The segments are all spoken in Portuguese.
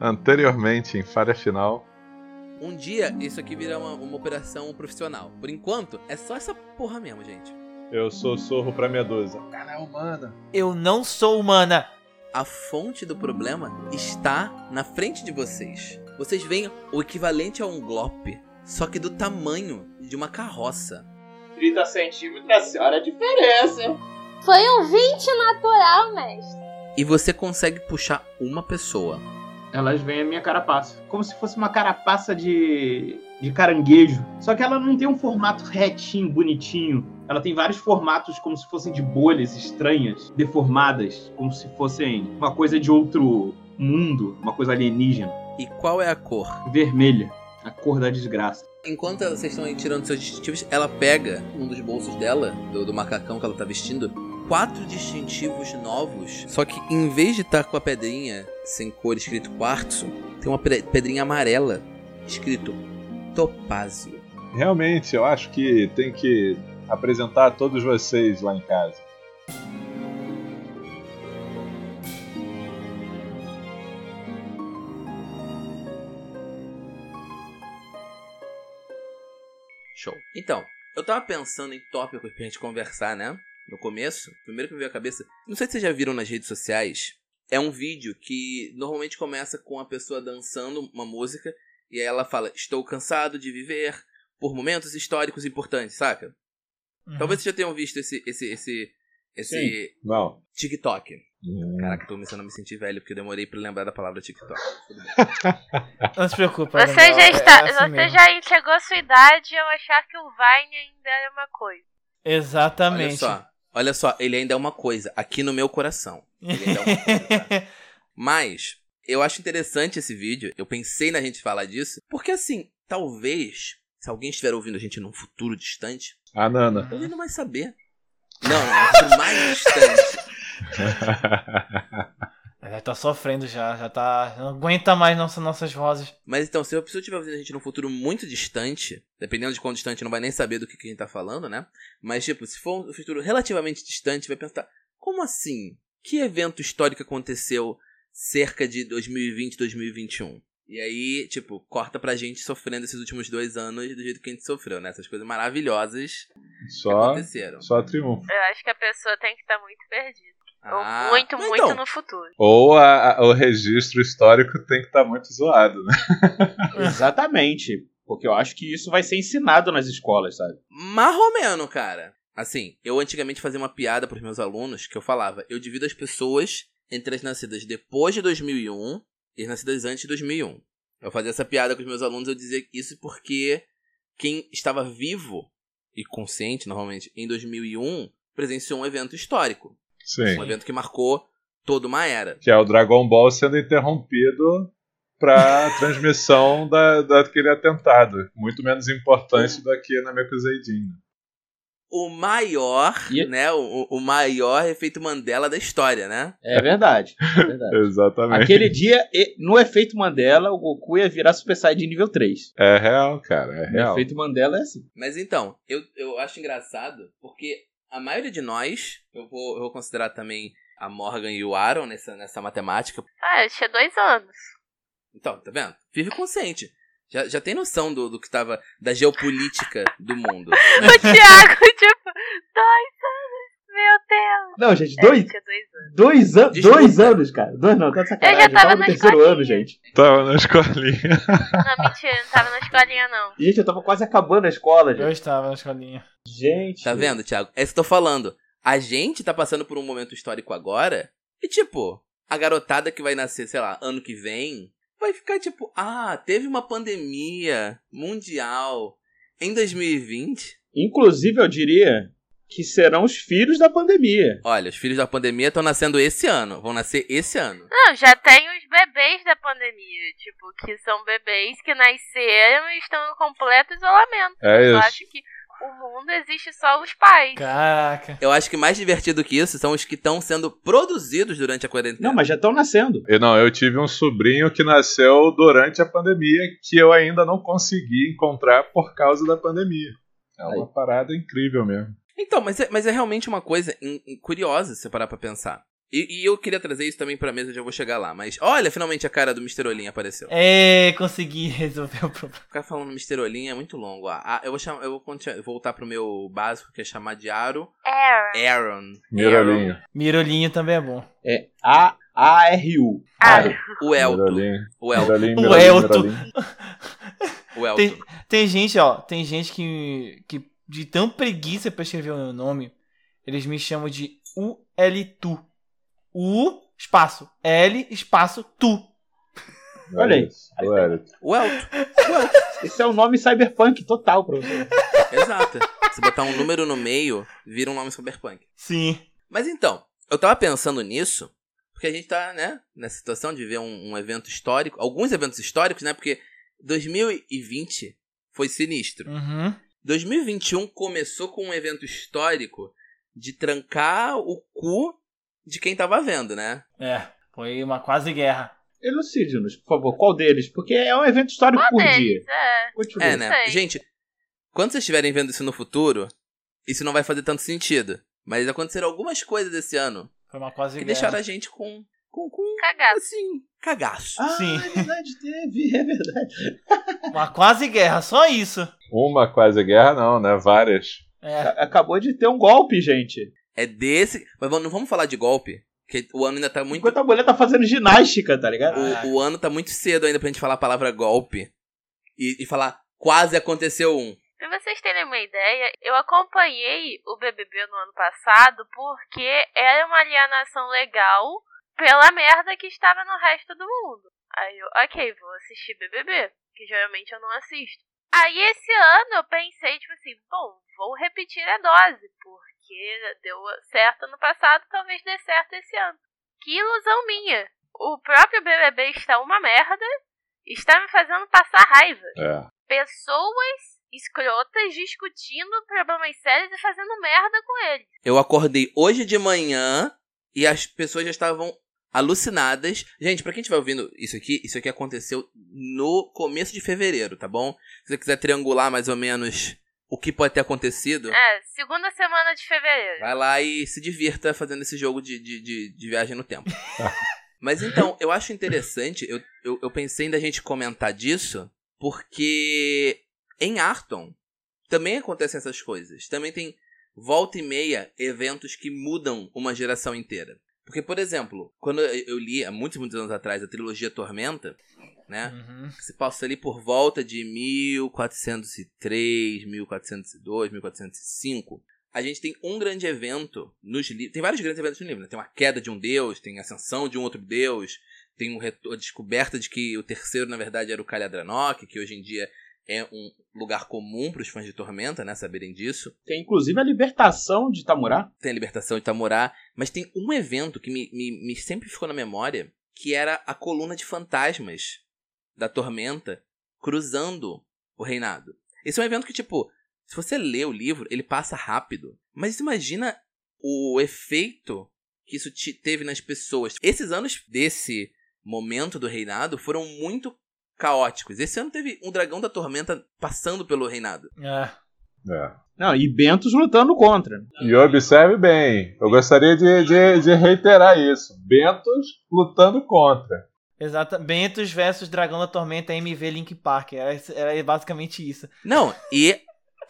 Anteriormente, em Falha Final. Um dia isso aqui virá uma, uma operação profissional. Por enquanto, é só essa porra mesmo, gente. Eu sou sorro pra minha dúzia. O cara é humana. Eu não sou humana. A fonte do problema está na frente de vocês. Vocês veem o equivalente a um glope, só que do tamanho de uma carroça. 30 centímetros, a senhora é diferença. Foi um 20 natural, mestre. E você consegue puxar uma pessoa. Elas veem a minha carapaça. Como se fosse uma carapaça de, de caranguejo. Só que ela não tem um formato retinho, bonitinho. Ela tem vários formatos como se fossem de bolhas estranhas, deformadas, como se fossem uma coisa de outro mundo, uma coisa alienígena. E qual é a cor? Vermelha, a cor da desgraça. Enquanto vocês estão aí tirando seus distintivos, ela pega um dos bolsos dela, do, do macacão que ela tá vestindo, quatro distintivos novos. Só que em vez de estar com a pedrinha sem cor escrito quartzo, tem uma pe- pedrinha amarela escrito topázio. Realmente, eu acho que tem que apresentar a todos vocês lá em casa. Show. Então, eu tava pensando em tópicos pra gente conversar, né? No começo, o primeiro que me veio à cabeça, não sei se vocês já viram nas redes sociais, é um vídeo que normalmente começa com a pessoa dançando uma música e aí ela fala: "Estou cansado de viver por momentos históricos importantes", saca? Uhum. Talvez vocês já tenham visto esse esse esse esse Não. TikTok. Uhum. Hum. Caraca, tô começando a me sentir velho porque eu demorei pra lembrar da palavra TikTok. Não se preocupa. Você Gabriel, já, é- está, é assim você mesmo. já chegou à sua idade e eu achar que o Vine ainda era uma coisa. Olha Exatamente. só, olha só, ele ainda é uma coisa aqui no meu coração. Ele ainda é uma coisa. tá? Mas eu acho interessante esse vídeo. Eu pensei na gente falar disso, porque assim, talvez se alguém estiver ouvindo a gente num futuro distante, A Nana. ele não vai saber. Não, não, no futuro mais distante. Ela tá sofrendo já, já tá. Não aguenta mais nossa, nossas vozes. Mas então, se a pessoa estiver ouvindo a gente num futuro muito distante, dependendo de quão distante, não vai nem saber do que, que a gente tá falando, né? Mas, tipo, se for um futuro relativamente distante, vai pensar: como assim? Que evento histórico aconteceu cerca de 2020, 2021? E aí, tipo, corta pra gente sofrendo esses últimos dois anos do jeito que a gente sofreu, né? Essas coisas maravilhosas que Só, aconteceram. só triunfo. Eu acho que a pessoa tem que estar muito perdida. Ah, Ou muito, mas muito então, no futuro. Ou a- a- o registro histórico tem que estar muito zoado, né? Exatamente. Porque eu acho que isso vai ser ensinado nas escolas, sabe? Marromeno, cara. Assim, eu antigamente fazia uma piada pros meus alunos que eu falava: eu divido as pessoas entre as nascidas depois de 2001 e as nascidas antes de 2001. Eu fazia essa piada com os meus alunos, eu dizia isso porque quem estava vivo e consciente, normalmente, em 2001, presenciou um evento histórico. Um Sim. evento que marcou toda uma era. Que é o Dragon Ball sendo interrompido pra transmissão da, daquele atentado. Muito menos importante do que na Mekuseidin. O maior, E- né? O, o maior efeito Mandela da história, né? É verdade. É verdade. Exatamente. Aquele dia, e- no efeito Mandela, o Goku ia virar Super Saiyajin nível 3. É real, cara. É No real. efeito Mandela é assim. Mas então, eu, eu acho engraçado porque a maioria de nós, eu vou, eu vou considerar também a Morgan e o Aaron nessa, nessa matemática. Ah, eu tinha dois anos. Então, tá vendo? Vive consciente. Já, já tem noção do, do que tava. da geopolítica do mundo. O Thiago, tipo, dois anos. Meu Deus. Não, gente, É, dois, eu tinha dois anos. dois, an Desculpa. dois anos, cara. Dois não, tá de sacanagem. Eu já tava no na terceiro escolinha. ano, gente. Tava na escolinha. Não, mentira, eu não tava na escolinha, não. Gente, eu tava quase acabando a escola, Eu gente. estava na escolinha. Gente. Tá vendo, Thiago? É isso que eu tô falando. A gente tá passando por um momento histórico agora. E, tipo, a garotada que vai nascer, sei lá, ano que vem, vai ficar tipo, ah, teve uma pandemia mundial em 2020. Inclusive, eu diria que serão os filhos da pandemia. Olha, os filhos da pandemia estão nascendo esse ano. Vão nascer esse ano. Não, já tem os bebês da pandemia. Tipo, que são bebês que nasceram e estão em completo isolamento. É Eu isso. acho que o mundo existe só os pais. Caraca. Eu acho que mais divertido que isso são os que estão sendo produzidos durante a quarentena. Não, mas já estão nascendo. Eu, não, eu tive um sobrinho que nasceu durante a pandemia que eu ainda não consegui encontrar por causa da pandemia. É uma parada incrível mesmo. Então, mas é, mas é realmente uma coisa in- in- curiosa se você parar pra pensar. E, e eu queria trazer isso também pra mesa, já vou chegar lá. Mas olha, finalmente a cara do Mr. Olhinha apareceu. É, consegui resolver o problema. Ficar falando Mr. Olhinha é muito longo. Ah, ah, eu vou, chamar, eu vou continu- voltar pro meu básico, que é chamar de Aro. Aaron. Aaron. Mirolinho. Mirolinho também é bom. É A-A-R-U. Aaron. O Elton. Mirolinho. O Elton. Mirolinho, O Mirolinho, Elton. Mirolinho. O Tem, Elton. tem gente, ó, tem gente que, que de tão preguiça pra escrever o meu nome, eles me chamam de ULTU. U, espaço, L, espaço, tu. Olha aí. O Elton. O Elton. Esse é o nome cyberpunk total pra você. Exato. Se botar um número no meio, vira um nome cyberpunk. Sim. Mas então, eu tava pensando nisso, porque a gente tá, né, nessa situação de ver um, um evento histórico, alguns eventos históricos, né, porque 2020 foi sinistro. Uhum. 2021 começou com um evento histórico de trancar o cu de quem tava vendo, né? É, foi uma quase guerra. Elucide-nos, por favor, qual deles? Porque é um evento histórico por dia. Deles, é. Continua. É, né? Sei. Gente, quando vocês estiverem vendo isso no futuro, isso não vai fazer tanto sentido. Mas aconteceram algumas coisas esse ano Foi uma quase que guerra. deixaram a gente com, com, com Cagado. assim, cagaço. Ah, Sim. é verdade, teve, é verdade. Uma quase guerra, só isso. Uma quase guerra, não, né? Várias. É. A- Acabou de ter um golpe, gente. É desse. Mas vamos- não vamos falar de golpe, porque o ano ainda tá muito. Enquanto a mulher tá fazendo ginástica, tá ligado? Caraca. O, o ano tá muito cedo ainda pra gente falar a palavra golpe e, e falar quase aconteceu um. Pra vocês terem uma ideia, eu acompanhei o BBB no ano passado porque era uma alienação legal pela merda que estava no resto do mundo. Aí eu, ok, vou assistir BBB, que geralmente eu não assisto. Aí esse ano eu pensei, tipo assim, bom, vou repetir a dose, porque deu certo ano passado, talvez dê certo esse ano. Que ilusão minha! O próprio BBB está uma merda, está me fazendo passar raiva É. pessoas escrotas discutindo problemas sérios e fazendo merda com ele. Eu acordei hoje de manhã e as pessoas já estavam alucinadas. Gente, pra quem estiver ouvindo isso aqui, isso aqui aconteceu no começo de fevereiro, tá bom? Se você quiser triangular mais ou menos o que pode ter acontecido, É, segunda semana de fevereiro. Vai lá e se divirta fazendo esse jogo de, de, de, de viagem no tempo. Mas então, eu acho interessante, eu, eu, eu pensei em da gente comentar disso, porque em Arton também acontecem essas coisas. Também tem volta e meia eventos que mudam uma geração inteira. Porque, por exemplo, quando eu eu li há muitos, muitos anos atrás a trilogia Tormenta, né? Uhum. que se passa ali por volta de 1403, 1402, 1405. A gente tem um grande evento nos livros. Tem vários grandes eventos no livro, né? Tem uma queda de um deus, tem a ascensão de um outro deus, tem um reto- a descoberta de que o terceiro, na verdade, era o Calhadranok, que hoje em dia é um lugar comum para os fãs de Tormenta, né? Saberem disso. Tem inclusive a libertação de Tamurá. Tem a libertação de Tamurá. Mas tem um evento que me, me, me sempre ficou na memória, que era a coluna de fantasmas da Tormenta cruzando o reinado. Esse é um evento que, tipo, se você lê o livro, ele passa rápido. Mas imagina o efeito que isso te- teve nas pessoas. Esses anos desse momento do reinado foram muito caóticos. Esse ano teve um dragão da tormenta passando pelo reinado. É. é. Não, e Bentos lutando contra. E observe bem, eu gostaria de, de, de reiterar isso. Bentos lutando contra. Exata. Bentos versus Dragão da Tormenta MV Link Park. Era, esse- era basicamente isso. Não, e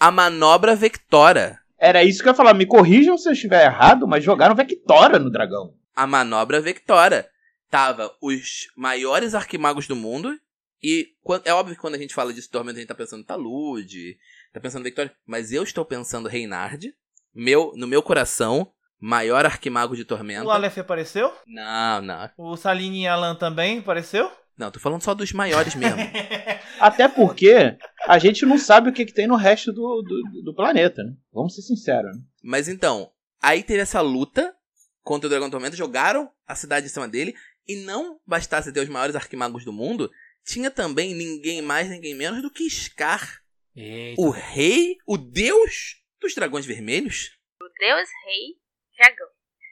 a manobra Vectora. Era isso que eu ia falar. Me corrijam se eu estiver errado, mas jogaram Vectora no dragão. a manobra Vectora. Tava os maiores arquimagos do mundo. E quan- é óbvio que quando a gente fala disso, Tormenta, a gente tá pensando em Talude, tá pensando em Vectora. Mas eu estou pensando Reinhard, meu, no meu coração, maior arquimago de Tormenta. O Aleph apareceu? Não, não. O Saline e Alan também apareceu? Não, tô falando só dos maiores mesmo. Até porque a gente não sabe o que, que tem no resto do, do, do planeta, né? Vamos ser sinceros. Né? Mas então, aí teve essa luta contra o Dragão do Tormento, jogaram a cidade em cima dele, e não bastasse ter os maiores arquimagos do mundo, tinha também ninguém mais, ninguém menos do que Scar Eita. O rei, o deus dos dragões vermelhos? O Deus Rei Dragão.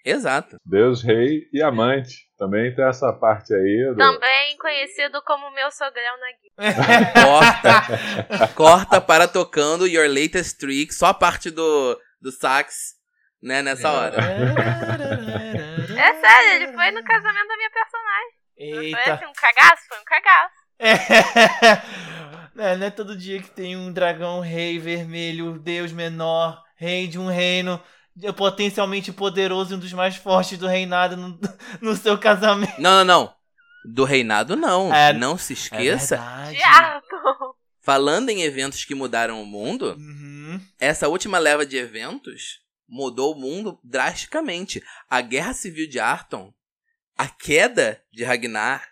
Exato. Deus, rei e amante. Também tem essa parte aí. Do... Também conhecido como meu sogrão na guia. Corta. corta para tocando Your Latest É. Trick, só a parte do, do sax, né, nessa hora. É sério, ele foi no casamento da minha personagem. Não foi assim, Eita. um cagaço? Foi um cagaço. É, não é todo dia que tem um dragão rei vermelho, um deus menor, rei de um reino potencialmente poderoso e um dos mais fortes do reinado no, no seu casamento. Não, não, não. Do reinado, não. É- não se esqueça. É verdade. Diabo! Falando em eventos que mudaram o mundo, Uhum. essa última leva de eventos mudou o mundo drasticamente. A guerra civil de Arton, a queda de Ragnar,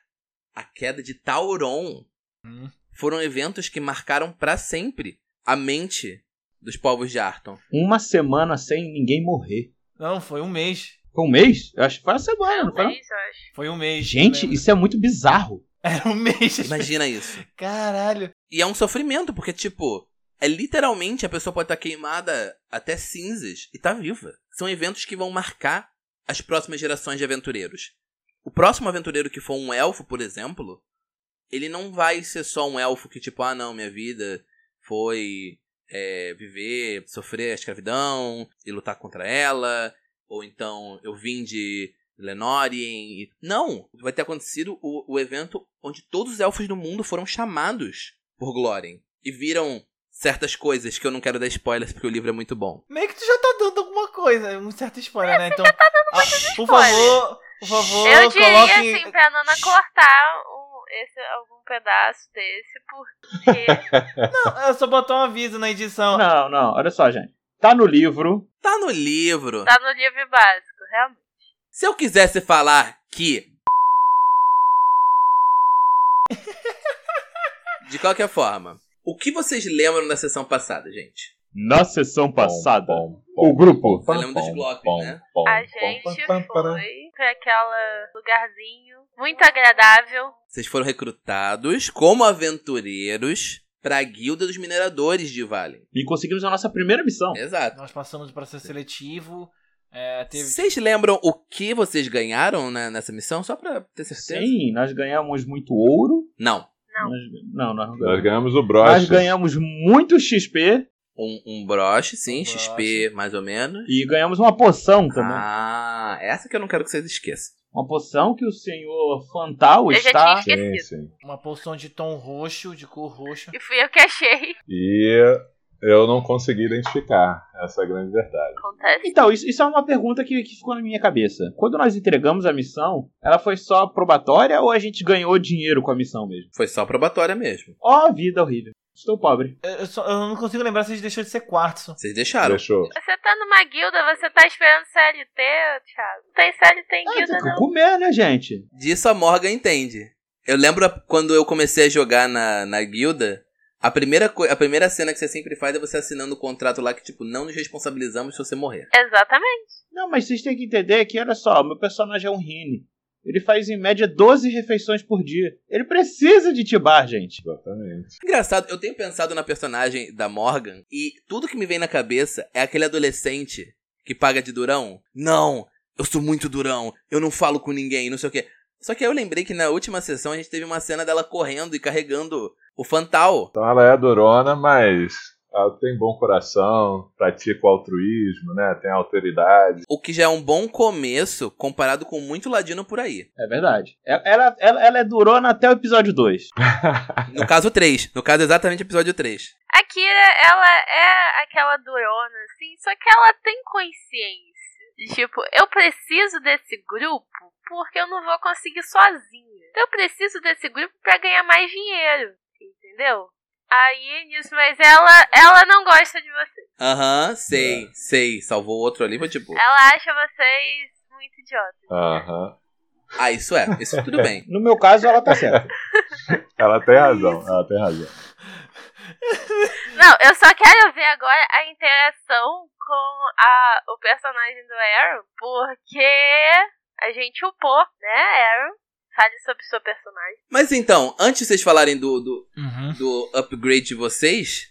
a queda de Tauron Hum. foram eventos que marcaram pra sempre a mente dos povos de Arton. Uma semana sem ninguém morrer. Não, foi um mês. Foi um mês? Eu acho que foi uma semana, não Foi foi? um isso, eu acho. Foi um mês. Gente, eu lembro. isso é muito bizarro. Era um mês. Imagina isso. Caralho. E é um sofrimento, porque, tipo, é literalmente a pessoa pode estar queimada até cinzas e tá viva. São eventos que vão marcar as próximas gerações de aventureiros. O próximo aventureiro que for um elfo, por exemplo, ele não vai ser só um elfo que, tipo, ah, não, minha vida foi é, viver, sofrer a escravidão e lutar contra ela, ou então eu vim de Lenorien. e- Não! Vai ter acontecido o, o evento onde todos os elfos do mundo foram chamados por Glórien e viram certas coisas que eu não quero dar spoilers porque o livro é muito bom. Meio que tu já tá dando alguma coisa, um certo spoiler, né? Então, ah, por tá spoiler. favor, por favor, Eu diria coloquem. assim pra Nana cortar um- esse, algum pedaço desse, porque. Não, eu só botar um aviso na edição. Não, não, olha só, gente. Tá no livro. Tá no livro. tá no livro básico, realmente. Se eu quisesse falar que. De qualquer forma, o que vocês lembram da sessão passada, gente? Na sessão passada. Pom, o grupo. Você lembra dos blocos, né? pom, A pom, gente pam, pam, pará. foi pra aquele lugarzinho muito agradável. Vocês foram recrutados como aventureiros pra guilda dos mineradores de Valen. E conseguimos a nossa primeira missão. Exato. Nós passamos o processo seletivo. é, teve... Vocês lembram o que vocês ganharam né, nessa missão? Só pra ter certeza? Sim, nós ganhamos muito ouro. Não. Não. Nós, não, nós não Nós ganhamos. ganhamos o Nós broche. ganhamos muito XP Um, um broche, sim, Um XP mais ou menos. e ganhamos uma poção também. Ah, essa que eu não quero que vocês esqueçam. Uma poção que o senhor Fantal Eu já está. tinha Sim, esquecido. sim. Uma poção de tom roxo, de cor roxa. E fui eu que achei. E eu não consegui identificar. Essa é a grande verdade. Acontece. Então, isso, isso é uma pergunta que, que ficou na minha cabeça. Quando nós entregamos a missão, ela foi só probatória ou a gente ganhou dinheiro com a missão mesmo? Foi só probatória mesmo. Ó, vida horrível. Estou pobre. Eu, eu só- eu não consigo lembrar se a gente deixou de ser quartzo. Vocês deixaram. Deixou. Você tá numa guilda, você tá esperando CLT, Thiago. Não tem CLT em Ah, tá guilda, tem que não. comer, né, gente? Disso a Morgan entende. Eu lembro a- quando eu comecei a jogar na, na guilda, a primeira, coi- a primeira cena que você sempre faz é você assinando o contrato lá que, tipo, não nos responsabilizamos se você morrer. Exatamente. Não, mas vocês têm que entender que, olha só, meu personagem é um Rini. Ele faz em média 12 refeições por dia. Ele precisa de Tibar, gente. Exatamente. Engraçado, eu tenho pensado na personagem da Morgan e tudo que me vem na cabeça é aquele adolescente que paga de durão. Não, eu sou muito durão, eu não falo com ninguém, não sei o quê. Só que aí eu lembrei que na última sessão a gente teve uma cena dela correndo e carregando o Fantal. Então ela é durona, mas ela tem bom coração, pratica o altruísmo, né? Tem alteridade. O que já é um bom começo comparado com muito ladino por aí. É verdade. Ela, ela, ela- ela é durona até o episódio 2. No caso 3. No caso, exatamente episódio 3. A Kira, ela é aquela durona, assim, só que ela tem consciência. De, Tipo, eu preciso desse grupo porque eu não vou conseguir sozinha. Então eu preciso desse grupo pra ganhar mais dinheiro, entendeu? Aí nisso, mas ela, ela não gosta de você. Aham, sei, sei. Salvou outro ali, foi tipo. Ela acha vocês muito idiotas. Aham. Ah, isso é. Isso tudo bem. No meu caso, ela tá certa. Ela tem razão, ela tem razão. Não, eu só quero ver agora a interação com a, o personagem do Aaron, porque a gente upou, né, Aaron? Fale sobre o seu personagem. Mas então, antes de vocês falarem do, do, Uhum. do upgrade de vocês,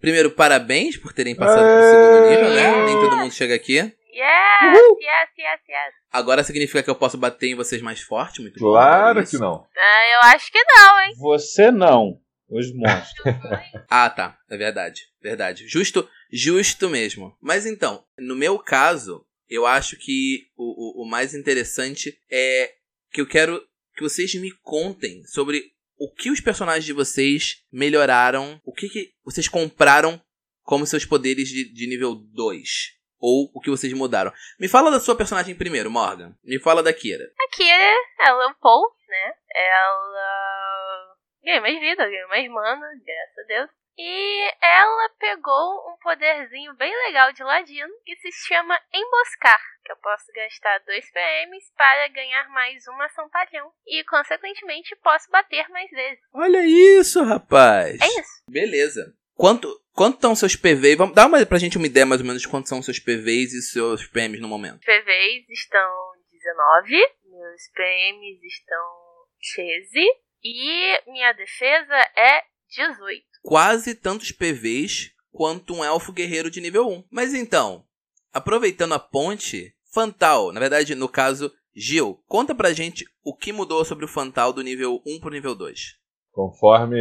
primeiro, parabéns por terem passado pro segundo nível, né? Nem todo mundo chega aqui. Yes, yes, yes, yes. Agora significa que eu posso bater em vocês mais forte? Muito bom, Claro isso. que não. Ah, eu acho que não, hein? Você não. Os monstros. Ah, tá. É verdade. Verdade. Justo, justo mesmo. Mas então, no meu caso, Eu acho que o, o, o mais interessante é que eu quero que vocês me contem sobre o que os personagens de vocês melhoraram, o que, que vocês compraram como seus poderes de, de nível 2. Ou o que vocês mudaram. Me fala da sua personagem primeiro, Morgan. Me fala da Kira. A Kira, ela é um Paul, né? Ela ganhou mais vida, ganhou mais mana, graças a Deus. E ela pegou um poderzinho bem legal de ladino que se chama Emboscar, que eu posso gastar 2 PMs para ganhar mais uma ação padrão e, consequentemente, posso bater mais vezes. Olha isso, rapaz. É isso. Beleza. Quanto quanto estão seus PVs? Vamos dar uma, pra gente uma ideia mais ou menos de quantos são seus PVs e seus PMs no momento. Os PVs estão 19, meus PMs estão 13 e minha defesa é 18. Quase tantos PVs quanto um elfo guerreiro de nível 1. Mas então, aproveitando a ponte, Fantal, na verdade, no caso, Gil, conta pra gente o que mudou sobre o Fantal do nível 1 pro nível 2. Conforme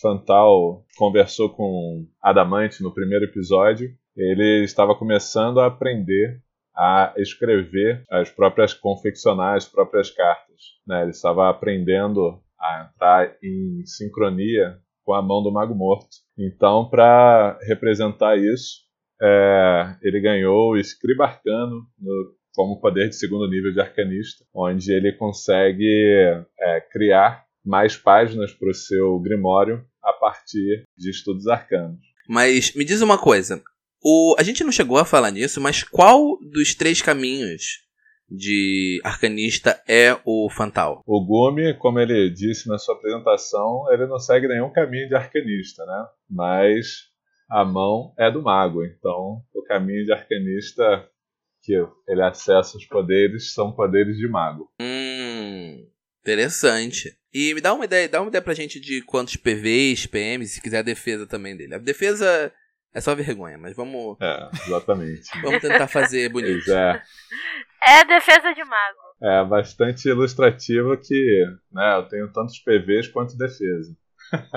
Fantal conversou com Adamante no primeiro episódio, ele estava começando a aprender a escrever as próprias confeccionar as próprias cartas. né? Ele estava aprendendo a entrar em sincronia com a mão do Mago Morto. Então, para representar isso, é, ele ganhou o Escriba Arcano no- como poder de segundo nível de arcanista, onde ele consegue é, criar mais páginas para o seu Grimório a partir de estudos arcanos. Mas me diz uma coisa. O, a gente não chegou a falar nisso, mas qual dos três caminhos de arcanista é o Fantal? O Gumi, como ele disse na sua apresentação, ele não segue nenhum caminho de arcanista, né? Mas a mão é do mago, então o caminho de arcanista que ele acessa os poderes são poderes de mago. Hum, interessante. E me dá uma ideia, dá uma ideia pra gente de quantos PVs, PMs, se quiser a defesa também dele. A defesa é só vergonha, mas vamos, É, exatamente. vamos tentar fazer bonito. Pois é, É a defesa de mago. é bastante ilustrativo que né, eu tenho tantos PVs quanto defesa.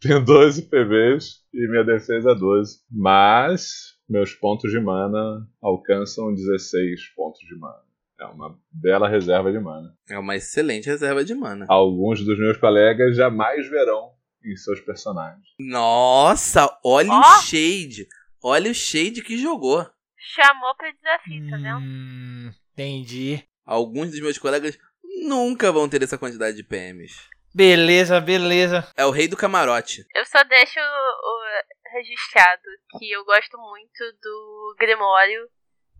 tenho 12 PVs e minha defesa é 12. Mas meus pontos de mana alcançam 16 pontos de mana. É uma bela reserva de mana. É uma excelente reserva de mana. Alguns dos meus colegas jamais verão em seus personagens. Nossa, olha Ó. o shade. Olha o shade que jogou. Chamou pra desafio, tá vendo? Hum, entendi. Alguns dos meus colegas nunca vão ter essa quantidade de PMs. Beleza, beleza. É o rei do camarote. Eu só deixo o- registrado que eu gosto muito do Grimório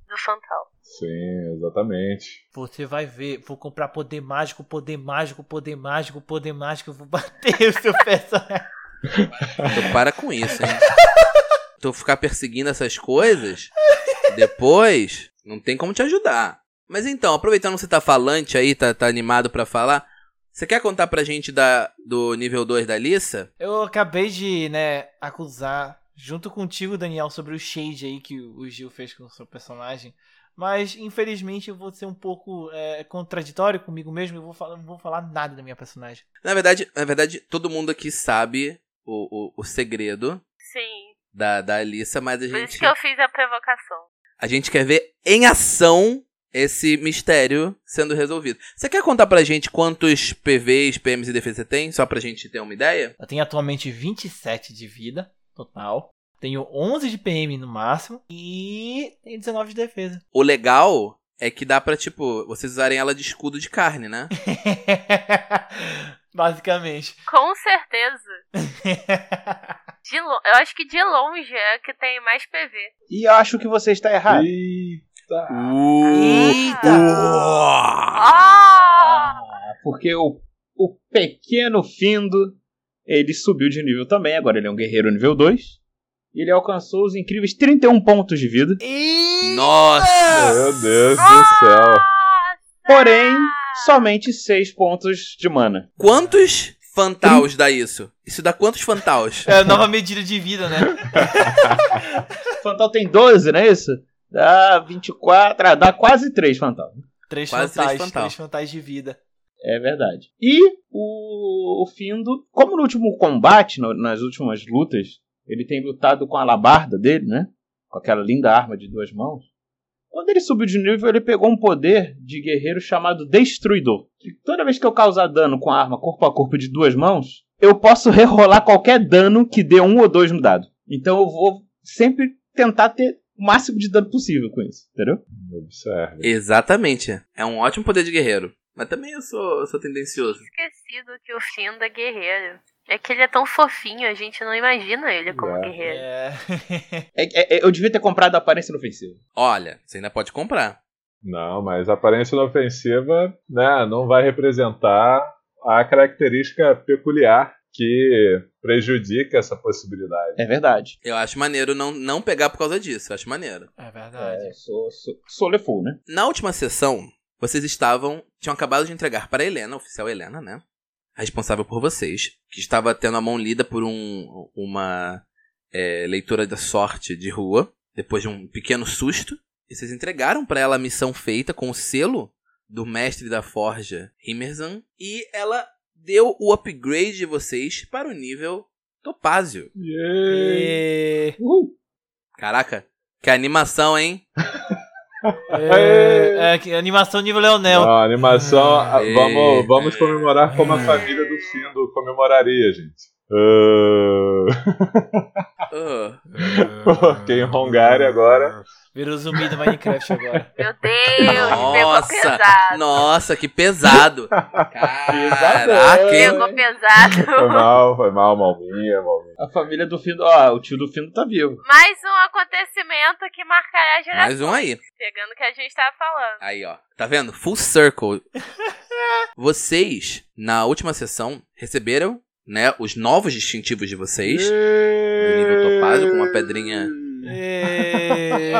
do Fantal. Sim, exatamente. Você vai ver, vou comprar poder mágico, poder mágico, poder mágico, poder mágico, vou bater o seu personagem. Tu Então, para com isso, hein? tu ficar perseguindo essas coisas, depois não tem como te ajudar. Mas então, aproveitando que você tá falante aí, tá, tá animado pra falar, você quer contar pra gente da, do nível 2 da Lissa? Eu acabei de, né, acusar, junto contigo, Daniel, sobre o shade aí que o Gil fez com o seu personagem. Mas, infelizmente, eu vou ser um pouco é, contraditório comigo mesmo. Eu vou falar, não vou falar nada da minha personagem. Na verdade, na verdade, todo mundo aqui sabe o, o, o segredo Sim, da, da Lissa, mas a por isso gente, que eu fiz a provocação. a gente quer ver em ação esse mistério sendo resolvido. Você quer contar pra gente quantos PVs, PMs e defesa você tem? Só pra gente ter uma ideia? Eu tenho atualmente 27 de vida total. Tenho 11 de PM no máximo. E tenho 19 de defesa. O legal é que dá pra, tipo, vocês usarem ela de escudo de carne, né? Basicamente. Com certeza. De lo- Eu acho que de longe é a que tem mais PV. E eu acho que você está errado. Eita! Uh, Ah! Porque o, o pequeno Findo, ele subiu de nível também, agora ele é um guerreiro nível 2. E ele alcançou os incríveis 31 pontos de vida. E... Nossa! Meu Deus do céu! Porém, somente 6 pontos de mana. Quantos fantaus dá isso? Isso dá quantos fantaus? É a nova medida de vida, né? Fantal tem 12, não é isso? Dá 24, ah, dá quase 3 Fantal. Três Quase três fantais, fantal. três fantais de vida. É verdade. E o, o Findo, como no último combate, no- nas últimas lutas, ele tem lutado com a alabarda dele, né? Com aquela linda arma de duas mãos. Quando ele subiu de nível, ele pegou um poder de guerreiro chamado Destruidor. Que toda vez que eu causar dano com a arma corpo a corpo de duas mãos, eu posso rerolar qualquer dano que dê um ou dois no dado. Então eu vou sempre tentar ter o máximo de dano possível com isso, entendeu? Observe. Exatamente. É um ótimo poder de guerreiro. Mas também eu sou, eu sou tendencioso. Esquecido que o Findo é guerreiro. É que ele é tão fofinho, a gente não imagina ele como É. guerreiro. É. É- é- é- eu devia ter comprado a aparência inofensiva. Olha, você ainda pode comprar. Não, mas a aparência inofensiva né, não vai representar a característica peculiar que prejudica essa possibilidade. É verdade. Eu acho maneiro não, não pegar por causa disso. Eu acho maneiro. É verdade. É, sou, sou, sou Lefou, né? Na última sessão, vocês estavam. tinham acabado de entregar para a Helena, a oficial Helena, né? A responsável por vocês, que estava tendo a mão lida por um, uma é, leitora da sorte de rua, depois de um pequeno susto. E vocês entregaram para ela a missão feita com o selo do mestre da forja, Himerzan, e ela deu o upgrade de vocês para o nível Topázio. É. Yeah. E- Uhul. Caraca, que animação, hein? É, é, que- animação nível Leonel. Não, a animação, a- Ei. vamos, vamos comemorar como Ah. a Ei. família do Findo comemoraria, gente. Ah, Ah. Quem rongar agora. Virou zumbi do Minecraft agora. Meu Deus, pegou Nossa, pesado. nossa, que pesado. Caraca, hein? Pegou pesado. Foi mal, foi mal, malminha, malminha. A família do Findo. Ó, o tio do Findo tá vivo. Mais um acontecimento que marcará a geração. Mais um aí. Pegando o que a gente tava falando. Aí, ó. Tá vendo? Full circle. Vocês, na última sessão, receberam, né, os novos distintivos de vocês. nível topado, com uma pedrinha. E- É.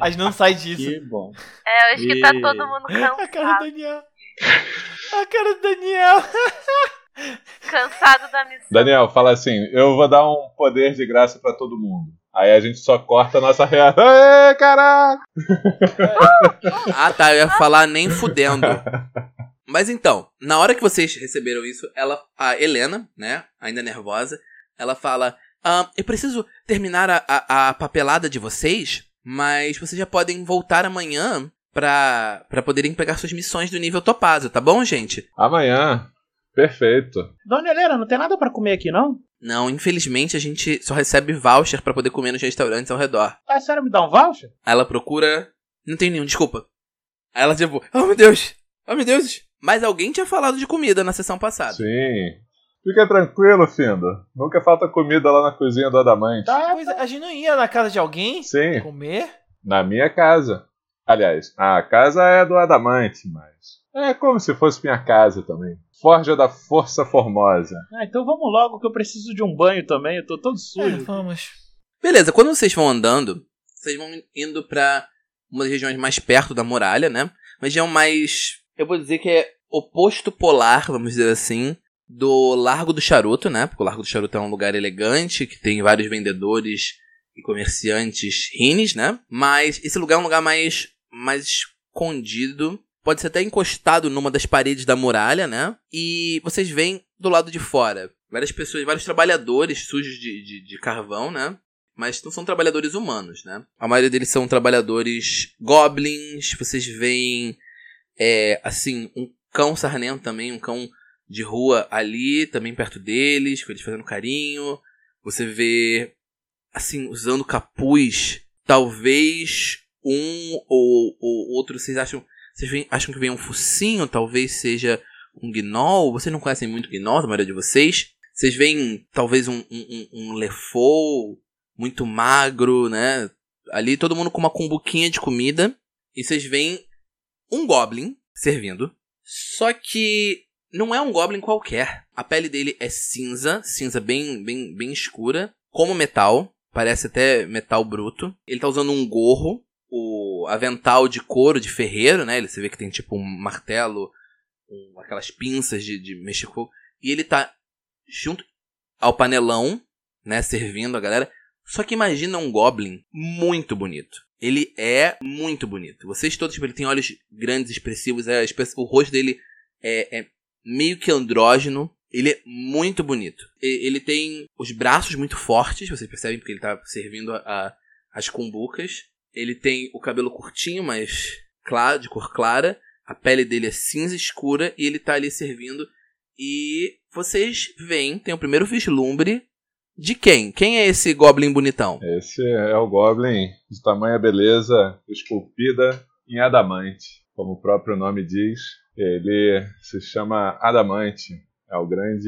A gente não sai disso. Que bom. É, hoje que tá Ih. todo mundo A cara cansado. do Daniel. A cara do Daniel. Cansado da missão. Daniel, fala assim: eu vou dar um poder de graça pra todo mundo. Aí a gente só corta a nossa reação. Ê, caraca! Ah, tá. Eu ia falar nem fudendo. Mas então, na hora que vocês receberam isso, ela, a Helena, né, ainda nervosa, ela fala: "Ah, Eu preciso terminar a, a- a papelada de vocês, mas vocês já podem voltar amanhã pra, pra poderem pegar suas missões do nível topázio, tá bom, gente? Amanhã. Perfeito. Dona Helena, não tem nada pra comer aqui, não? Não, infelizmente a gente só recebe voucher pra poder comer nos restaurantes ao redor. A senhora me dá um voucher? Aí ela procura. Não tem nenhum, desculpa. Aí ela tipo, oh meu Deus! Oh meu Deus! Mas alguém tinha falado de comida na sessão passada. Sim. Fica tranquilo, Findo. Nunca falta comida lá na cozinha do Adamante. Tá. Pois é, a gente não ia na casa de alguém Sim, comer? na minha casa. Aliás, a casa é do Adamante, mas. É como se fosse minha casa também. Forja da Força Formosa. Ah, então vamos logo que eu preciso de um banho também. Eu tô todo É, sujo. vamos. Beleza, quando vocês vão andando, vocês vão indo pra uma das regiões mais perto da muralha, né? Uma região mais. Eu vou dizer que é oposto polar, vamos dizer assim, do Largo do Charuto, né? Porque o Largo do Charuto é um lugar elegante, que tem vários vendedores e comerciantes rines, né? Mas esse lugar é um lugar mais, mais escondido. Pode ser até encostado numa das paredes da muralha, né? E vocês veem do lado de fora várias pessoas, vários trabalhadores sujos de- de, de carvão, né? mas não são trabalhadores humanos, né? A maioria deles são trabalhadores goblins, vocês veem, é, assim, um cão sarnento também, um cão de rua ali, também perto deles, com eles fazendo carinho. Você vê, assim, usando capuz, talvez um ou, ou outro, vocês acham, vocês veem- acham que vem um focinho, talvez seja um gnoll, vocês não conhecem muito gnoll, a maioria de vocês. Vocês veem, talvez, um, um, um um lefou, muito magro, né? Ali todo mundo com uma cumbuquinha de comida. E vocês veem um Goblin servindo. Só que não é um Goblin qualquer. A pele dele é cinza, cinza bem, bem, bem escura, como metal. Parece até metal bruto. Ele tá usando um gorro, o avental de couro de ferreiro, né? Ele- Você vê que tem tipo um martelo, um- aquelas pinças de, de mexer com fogo. E ele tá junto ao panelão, né? Servindo a galera. Só que imagina um Goblin muito bonito. Ele é muito bonito. Vocês todos, tipo, ele tem olhos grandes, expressivos. é, express- o rosto dele é, é meio que andrógeno. Ele é muito bonito. E- ele tem os braços muito fortes, vocês percebem, porque ele tá servindo a- a- as cumbucas. Ele tem o cabelo curtinho, mas claro, de cor clara. A pele dele é cinza escura e ele tá ali servindo. E vocês veem, tem o primeiro vislumbre de quem? Quem é esse Goblin bonitão? Esse é o Goblin de tamanha beleza, esculpida em adamante. Como o próprio nome diz, ele se chama Adamante. É o grande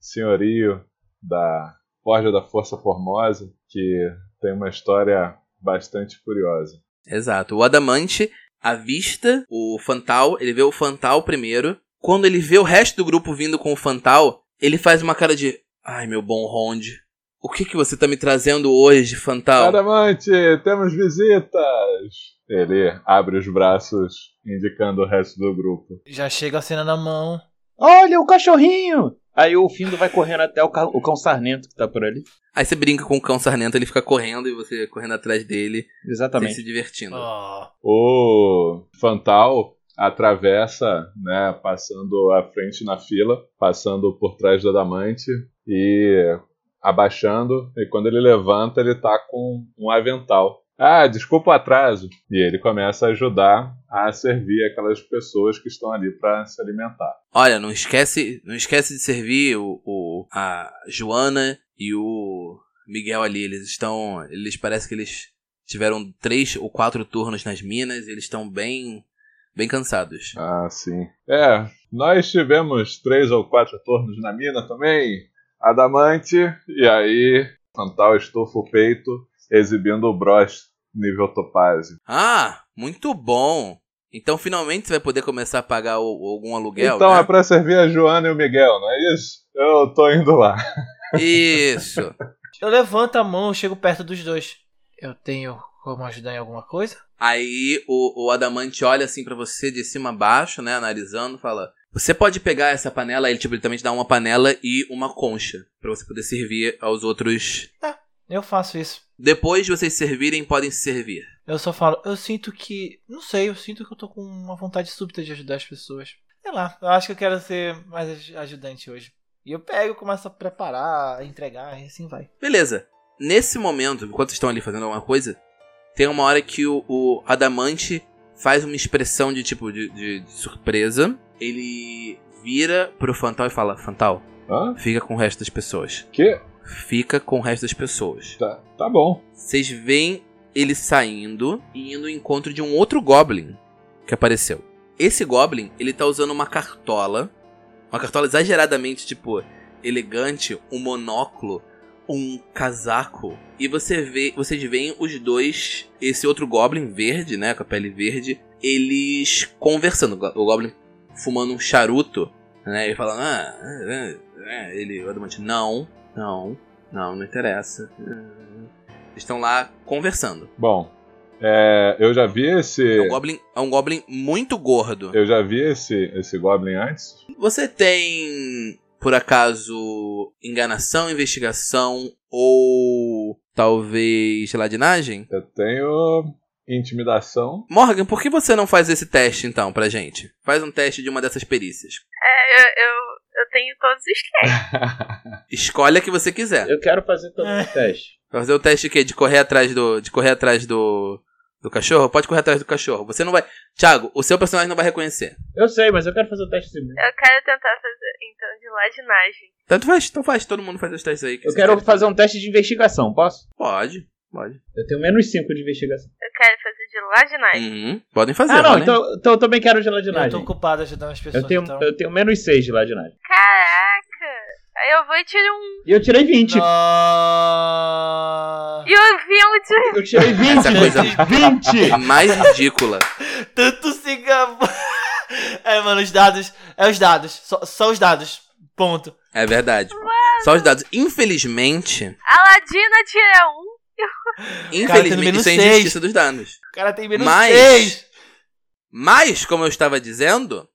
senhorio da Forja da Força Formosa, que tem uma história bastante curiosa. Exato. O Adamante avista o Fantal, ele vê o Fantal primeiro. Quando ele vê o resto do grupo vindo com o Fantal, ele faz uma cara de: Ai, meu bom Ronde, o que, que você tá me trazendo hoje, Fantal? Adamante, temos visitas! Ele abre os braços, indicando o resto do grupo. Já chega a cena na mão. Olha o cachorrinho! Aí o Findo vai correndo até o, ca- o cão sarnento que tá por ali. Aí você brinca com o cão sarnento, ele fica correndo e você correndo atrás dele, você Exatamente. se divertindo. Ó, O Fantal atravessa, né, passando à frente na fila, passando por trás do Adamante e abaixando. E quando ele levanta, ele tá com um avental. Ah, desculpa o atraso. E ele começa a ajudar a servir aquelas pessoas que estão ali para se alimentar. Olha, não esquece, não esquece de servir o, o- a Joana e o Miguel ali. Eles estão, eles parece que eles tiveram três ou quatro turnos nas minas. e Eles estão bem, bem cansados. Ah, sim. É, nós tivemos três ou quatro turnos na mina também. Adamante, e aí Fantal estufa o peito, exibindo o broche nível topázio. Ah, muito bom. Então finalmente você vai poder começar a pagar o- o- algum aluguel, então né? é pra servir a Joana e o Miguel, não é isso? Eu tô indo lá. Isso. Eu levanto a mão, chego perto dos dois. Eu tenho como ajudar em alguma coisa? Aí o, o Adamante olha assim pra você de cima a baixo, né? Analisando, fala: Você pode pegar essa panela, ele tipo, ele também te dá uma panela e uma concha pra você poder servir aos outros. Eu faço isso. Depois de vocês servirem, podem se servir. Eu só falo, eu sinto que. Não sei, eu sinto que eu tô com uma vontade súbita de ajudar as pessoas. Sei lá, eu acho que eu quero ser mais aj- ajudante hoje. E eu pego, começo a preparar, a entregar, e assim vai. Beleza. Nesse momento, enquanto vocês estão ali fazendo alguma coisa, tem uma hora que o, o Adamante faz uma expressão de tipo de, de- de surpresa. Ele vira pro Fantal e fala: Fantal, Hã? fica com o resto das pessoas. Que? Fica com o resto das pessoas. Tá, tá bom. Vocês veem ele saindo e indo ao encontro de um outro Goblin que apareceu. Esse Goblin, ele tá usando uma cartola. Uma cartola exageradamente, tipo, elegante, um monóculo, um casaco. E você vê, vocês veem os dois, esse outro Goblin verde, né, com a pele verde, eles conversando. O Go- O Goblin fumando um charuto, né, e falando, ah, é, é, é." ele, o Adamante, não, não, não, não interessa. Estão lá conversando. Bom, é, eu já vi É um esse. goblin, é um goblin muito gordo. Eu já vi esse, esse Goblin antes. Você tem, por acaso, enganação, investigação ou talvez ladinagem? Eu tenho intimidação. Morgan, por que você não faz esse teste então pra gente? Faz um teste de uma dessas perícias. É, eu, eu, eu tenho todos os esquemas. Escolhe a que você quiser. Eu quero fazer também o teste. Vai fazer o teste de quê? De correr atrás do. De correr atrás do. Do cachorro? Pode correr atrás do cachorro. Você não vai. Thiago, o seu personagem não vai reconhecer. Eu sei, mas eu quero fazer o teste primeiro. Eu quero tentar fazer, então, de ladinagem. Tanto faz, então faz, todo mundo faz os testes aí. que Eu você quero quer. fazer um teste de investigação, posso? Pode, pode. Eu tenho menos 5 de investigação. Eu quero fazer de ladinagem. Uhum, podem fazer, Ah, não, rolem. então, então eu também quero de Eu tô ladinagem. ocupado ajudando as pessoas. Eu tenho, então. eu tenho menos 6 de ladinagem. Caraca! Aí eu vou e tiro um. E eu tirei 20. No- E eu vi um de Eu tirei 20. Essa coisa- 20. A mais ridícula. Tanto se gabou. É, mano, os dados. É os dados. Só, só os dados. Ponto. É verdade. Só os dados. Infelizmente, A Ladina tira um. tendo infelizmente, menos isso é seis. injustiça dos danos. O cara tem menos Mas- seis. Mas, como eu estava dizendo,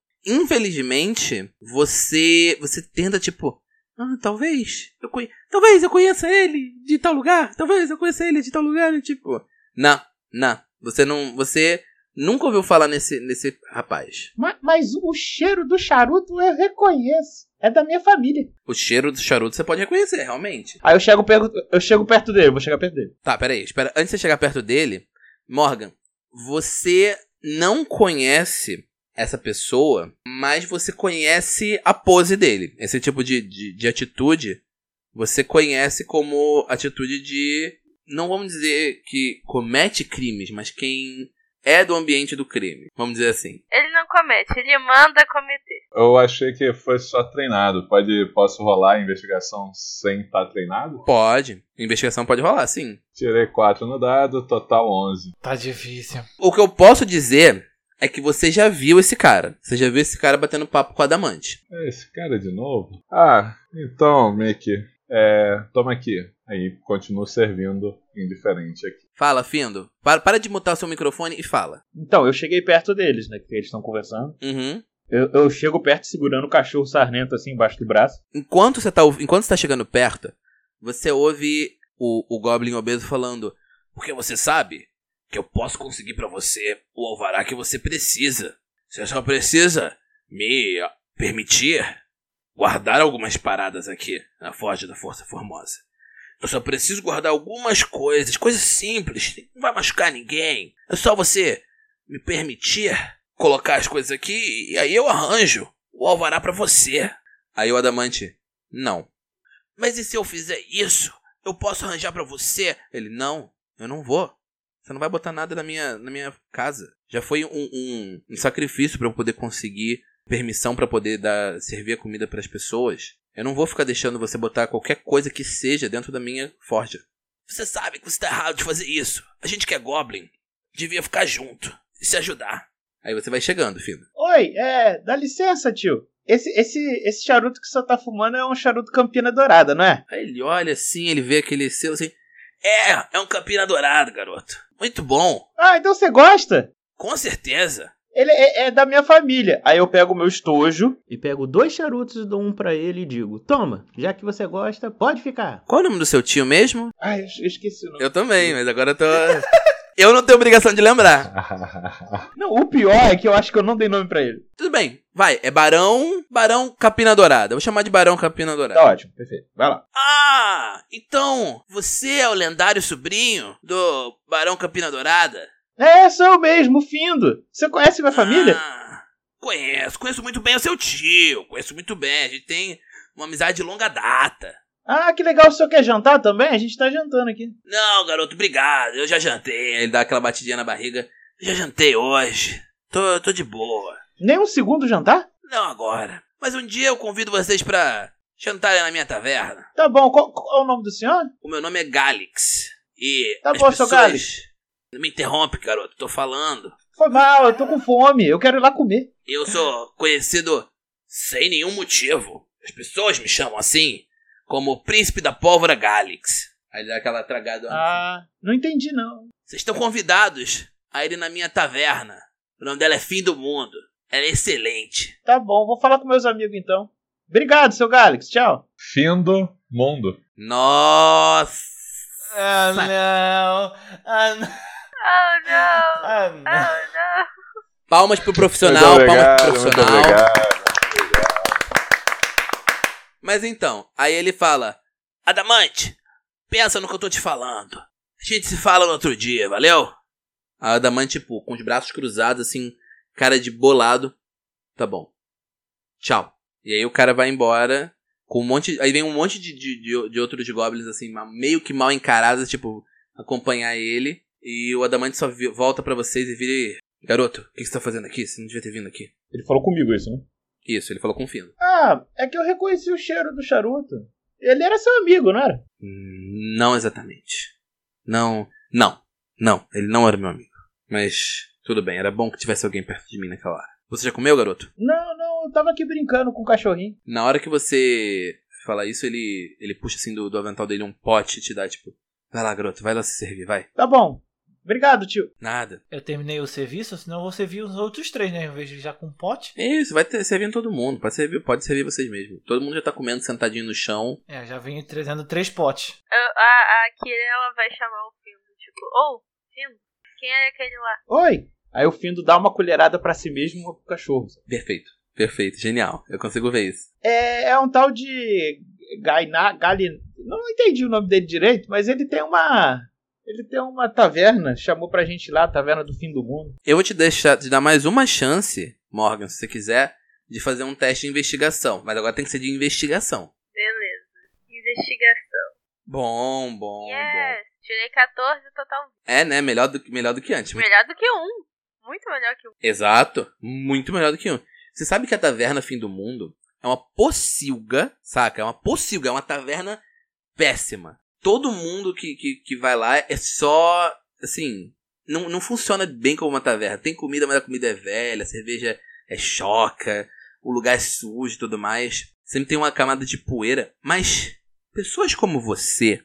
infelizmente, você você tenta, tipo, ah, talvez, eu conhe... talvez eu conheça ele de tal lugar, talvez eu conheça ele de tal lugar, e, tipo, não, não, você não, você nunca ouviu falar nesse, nesse rapaz. Mas, o cheiro do charuto eu reconheço. É da minha família. O cheiro do charuto você pode reconhecer, realmente. Aí eu chego, perto- eu chego perto dele, vou chegar perto dele. Tá, peraí, espera, antes de você chegar perto dele, Morgan, você não conhece essa pessoa, mas você conhece a pose dele. Esse tipo de, de, de atitude você conhece como atitude de. Não vamos dizer que comete crimes, mas quem é do ambiente do crime. Vamos dizer assim. Ele não comete, ele manda cometer. Eu achei que foi só treinado. Pode, posso rolar a investigação sem estar treinado? Pode. Investigação pode rolar, sim. Tirei 4 no dado, total 11. Tá difícil. O que eu posso dizer é que você já viu esse cara. Você já viu esse cara batendo papo com a Adamante. É Esse cara de novo? Ah, então, Mickey, é, toma aqui. Aí continuo servindo indiferente aqui. Fala, Findo. Para, para de mutar o seu microfone e fala. Então, eu cheguei perto deles, né? Que eles estão conversando. Uhum. Eu, eu chego perto segurando o cachorro sarnento assim embaixo do braço. Enquanto você tá, ouv- enquanto você tá chegando perto, você ouve o, o Goblin obeso falando: Porque você sabe que eu posso conseguir pra você o alvará que você precisa. Você só precisa me permitir guardar algumas paradas aqui na Forja da Força Formosa. Eu só preciso guardar algumas coisas, coisas simples, não vai machucar ninguém. É só você me permitir colocar as coisas aqui e aí eu arranjo o alvará pra você. Aí o Adamante, não. Mas e se eu fizer isso? Eu posso arranjar pra você? Ele, não, eu não vou. Você não vai botar nada na minha, na minha casa. Já foi um, um, um sacrifício pra eu poder conseguir permissão pra poder dar, servir a comida pras pessoas. Eu não vou ficar deixando você botar qualquer coisa que seja dentro da minha forja. Você sabe que você tá errado de fazer isso. A gente que é Goblin devia ficar junto e se ajudar. Aí você vai chegando, filho. Oi, é. Dá licença, tio. Esse, esse, esse charuto que você tá fumando é um charuto Campina Dourada, não é? Aí ele olha assim, ele vê aquele seu assim. É, é um campina dourado, garoto. Muito bom. Ah, então você gosta? Com certeza. Ele é, é da minha família. Aí eu pego o meu estojo e pego dois charutos e dou um pra ele e digo: Toma, já que você gosta, pode ficar. Qual é o nome do seu tio mesmo? Ah, eu, eu esqueci o nome. Eu também, mas agora eu tô. Eu não tenho obrigação de lembrar. Não, o pior é que eu acho que eu não dei nome pra ele. Tudo bem, vai. É Barão. Barão Capina Dourada. Eu Vou chamar de Barão Capina Dourada. Tá ótimo, perfeito. Vai lá. Ah, então você é o lendário sobrinho do Barão Capina Dourada? É, sou eu mesmo, Findo. Você conhece minha família? Ah, conheço, conheço muito bem o seu tio. Conheço muito bem. A gente tem uma amizade de longa data. Ah, que legal. O senhor quer jantar também? A gente tá jantando aqui. Não, garoto, obrigado. Eu já jantei. Ele dá aquela batidinha na barriga. Eu já jantei hoje. Tô, tô de boa. Nem um segundo jantar? Não agora. Mas um dia eu convido vocês pra jantarem na minha taverna. Tá bom. Qual, qual é o nome do senhor? O meu nome é Galix. E. Tá as bom, seu pessoas... Galix. Não me interrompe, garoto. Tô falando. Foi mal, eu tô com fome. Eu quero ir lá comer. Eu sou conhecido sem nenhum motivo. As pessoas me chamam assim, como o príncipe da pólvora Galix. Aí dá aquela tragada. Ah, não entendi não. Vocês estão convidados a ir na minha taverna. O nome dela é Fim do Mundo. Ela é excelente. Tá bom, vou falar com meus amigos então. Obrigado, seu Galix. Tchau. Findo mundo. Nossa! Ah, não. Ah, não. Oh, não! Ah, não. Oh, não! Palmas pro profissional, muito palmas obrigado, pro muito profissional. obrigado. Mas então, aí ele fala: Adamante, pensa no que eu tô te falando. A gente se fala no outro dia, valeu? A Adamante, tipo, com os braços cruzados, assim, cara de bolado. Tá bom. Tchau. E aí o cara vai embora com um monte. Aí vem um monte de, de, de, de outros goblins, assim, ma- meio que mal encarados, tipo, acompanhar ele. E o Adamante só vi- volta pra vocês e vira. e, Garoto, o que que você tá fazendo aqui? Você não devia ter vindo aqui. Ele falou comigo isso, né? Isso, ele falou com o Fino. Ah, é que eu reconheci o cheiro do charuto. Ele era seu amigo, não era? Hum, Não exatamente. Não. Não. Não. Ele não era meu amigo. Mas tudo bem, era bom que tivesse alguém perto de mim naquela hora. Você já comeu, garoto? Não, não, eu tava aqui brincando com o cachorrinho. Na hora que você fala isso, ele, ele puxa assim do, do avental dele um pote e te dá tipo: Vai lá, garoto, vai lá se servir, vai. Tá bom. Obrigado, tio. Nada. Eu terminei o serviço, senão eu vou servir os outros três, né? Em vez de já com pote. É isso, vai ter, servindo todo mundo. Pode servir, pode servir vocês mesmos. Todo mundo já tá comendo sentadinho no chão. É, eu já venho trazendo três potes. Eu- A, a Kira, ela vai chamar o Findo, tipo, ô, Findo, quem é aquele lá? Oi. Aí o Findo dá uma colherada pra si mesmo e uma pro cachorro. Perfeito. Perfeito, genial. Eu consigo ver isso. É, é um tal de Gainá, Galin... Não entendi o nome dele direito, mas ele tem uma Ele tem uma taverna, chamou pra gente ir lá, Taverna do Fim do Mundo. Eu vou te deixar, te dar mais uma chance, Morgan, se você quiser, de fazer um teste de investigação. Mas agora tem que ser de investigação. Beleza. Investigação. Bom, bom, é bom. Yes. é, Tirei 14 total. É, né? Melhor do, que- melhor do que antes. Melhor do que um. Muito melhor que um. Exato. Muito melhor do que um. Você sabe que a taverna Fim do Mundo é uma pocilga, saca? É uma pocilga, é uma taverna péssima. Todo mundo que, que, que vai lá é só, assim, não, não funciona bem como uma taverna. Tem comida, mas a comida é velha, a cerveja é choca, o lugar é sujo e tudo mais. Sempre tem uma camada de poeira. Mas pessoas como você,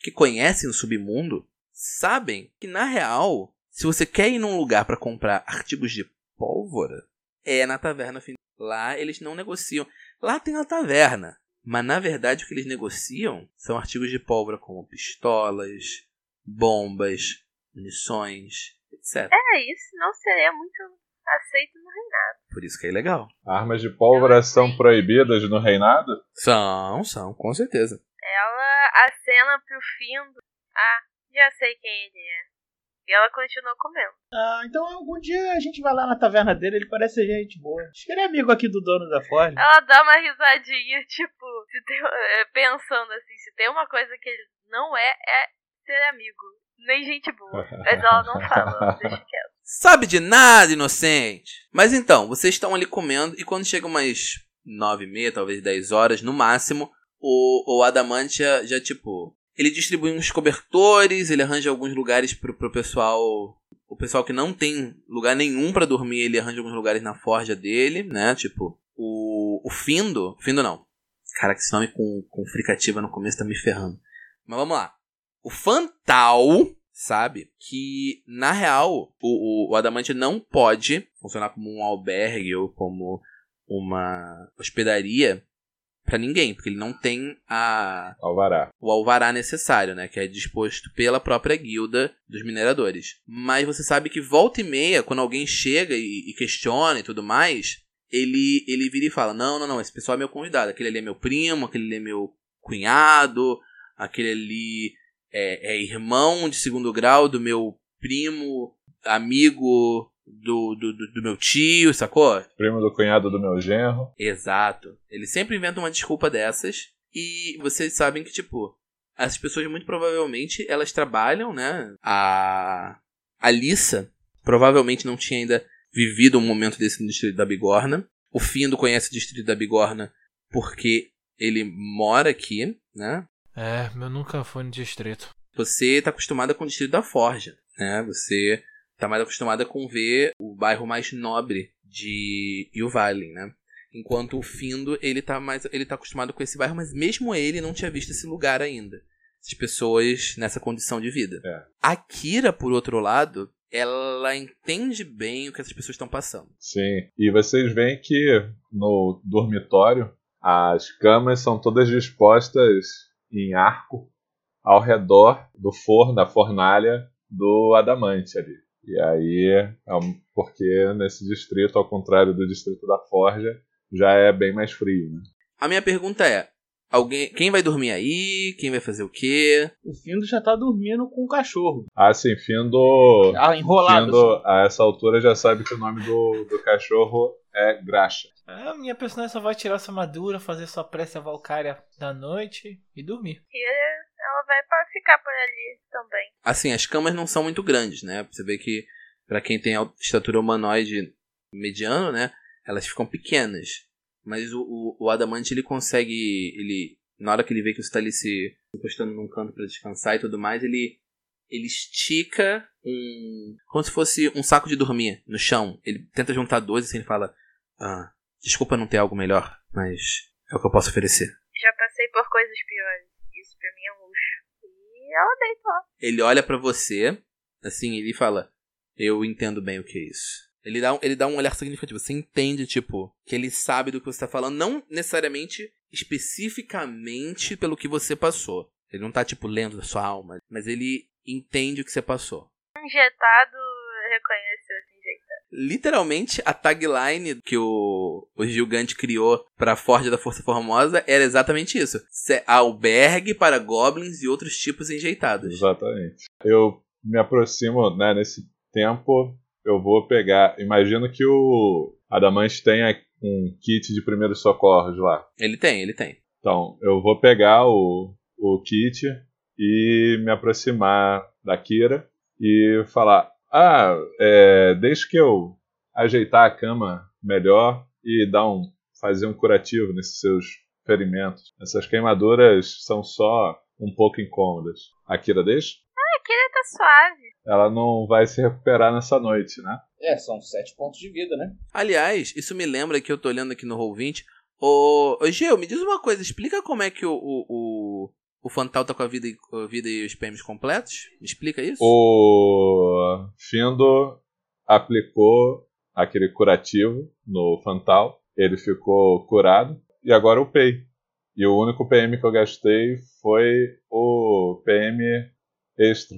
que conhecem o submundo, sabem que na real, se você quer ir num lugar pra comprar artigos de pólvora, é na taverna. Fim. Lá eles não negociam. Lá tem a taverna. Mas na verdade o que eles negociam são artigos de pólvora como pistolas, bombas, munições, etc. É, isso não seria muito aceito no reinado. Por isso que é legal. Armas de pólvora são proibidas no reinado? São, são, com certeza. Ela acena pro Findo. Ah, já sei quem ele é. E ela continuou comendo. Ah, então algum dia a gente vai lá na taverna dele, ele parece ser gente boa. Acho que ele é amigo aqui do dono da Ford. Ela dá uma risadinha, tipo, se tem- é, pensando assim, se tem uma coisa que ele não é, é ser amigo. Nem gente boa. Mas ela não fala, ela deixa quieto. Sabe de nada, inocente! Mas então, vocês estão ali comendo e quando chega umas nove e meia, talvez 10 horas no máximo, o, o Adamantia já, tipo. Ele distribui uns cobertores, ele arranja alguns lugares pro, pro pessoal. O pessoal que não tem lugar nenhum pra dormir, ele arranja alguns lugares na forja dele, né? Tipo, o, o Findo. Findo não. Caraca, esse nome com, com fricativa no começo tá me ferrando. Mas vamos lá. O Fantal sabe que, na real, o, o, o Adamante não pode funcionar como um albergue ou como uma hospedaria pra ninguém, porque ele não tem a, Alvará. o alvará necessário, né? Que é disposto pela própria guilda dos mineradores. Mas você sabe que volta e meia, quando alguém chega e, e questiona e tudo mais, ele, ele vira e fala: Não, não, não, esse pessoal é meu convidado. Aquele ali é meu primo, aquele ali é meu cunhado, aquele ali é, é irmão de segundo grau do meu primo, amigo do, do, do, do meu tio, sacou? Primo do cunhado do meu genro. Exato. Ele sempre inventa uma desculpa dessas. E vocês sabem que, tipo, as pessoas muito provavelmente elas trabalham, né? A Alissa provavelmente não tinha ainda vivido um momento desse no Distrito da Bigorna. O Findo conhece o Distrito da Bigorna porque ele mora aqui, né? É, meu nunca foi no distrito. Você tá acostumada com o Distrito da Forja, né? Você tá mais acostumada com ver o bairro mais nobre de Yuvalin, né? Enquanto o Findo, ele tá mais ele tá acostumado com esse bairro, mas mesmo ele não tinha visto esse lugar ainda. As pessoas nessa condição de vida. É. A Kira, por outro lado, ela entende bem o que essas pessoas estão passando. Sim. E vocês veem que no dormitório as camas são todas dispostas em arco ao redor do forno, da fornalha do adamante ali. E aí, é um- porque nesse distrito, ao contrário do distrito da Forja, já é bem mais frio, né? A minha pergunta é: alguém, quem vai dormir aí? Quem vai fazer o quê? O Findo já tá dormindo com o cachorro. Ah, sim, Tá Findo, Ah, enrolado. assim. Findo a essa altura já sabe que o nome do, do cachorro é Graxa. A minha personagem só vai tirar sua armadura, fazer sua prece à Valkyria da noite e dormir. E ela vai pra ficar por ali também. assim, as camas não são muito grandes, né? Você vê que pra quem tem a estatura humanoide mediano, né, elas ficam pequenas. Mas o, o, o adamante ele consegue, ele na hora que ele vê que você tá ali se encostando num canto pra descansar e tudo mais, ele ele estica um como se fosse um saco de dormir no chão. Ele tenta juntar dois assim, ele fala: ah, desculpa não ter algo melhor, mas é o que eu posso oferecer. Já passei por coisas piores. Isso pra mim é um luxo. E ela deitou. ele olha pra você, assim, ele fala: Eu entendo bem o que é isso. Ele dá, um, ele dá um olhar significativo. Você entende, tipo, que ele sabe do que você tá falando, não necessariamente especificamente pelo que você passou. Ele não tá, tipo, lendo a sua alma, mas ele entende o que você passou. Injetado reconheceu esse jeito. Literalmente, a tagline que o, o Gigante criou pra Forja da Força Formosa era exatamente isso. Se- Albergue para goblins e outros tipos enjeitados. Exatamente. Eu me aproximo, né, nesse tempo, eu vou pegar. Imagino que o Adamante tenha um kit de primeiros socorros lá. Ele tem, ele tem. Então, eu vou pegar o, o kit e me aproximar da Kira e falar: Ah, é, deixa que eu ajeitar a cama melhor e dar um, fazer um curativo nesses seus ferimentos. Essas queimaduras são só um pouco incômodas. A Kira deixa? Aqui ele tá suave. Ela não vai se recuperar nessa noite, né? É, são sete pontos de vida, né? Aliás, isso me lembra que eu tô olhando aqui no Roll20. Ô, ô Gil, me diz uma coisa, explica como é que o, o, o, o Fantal tá com a vida, e- a vida e os PMs completos? Me explica isso? O Findo aplicou aquele curativo no Fantal, ele ficou curado e agora eu pei. E o único PM que eu gastei foi o PM extra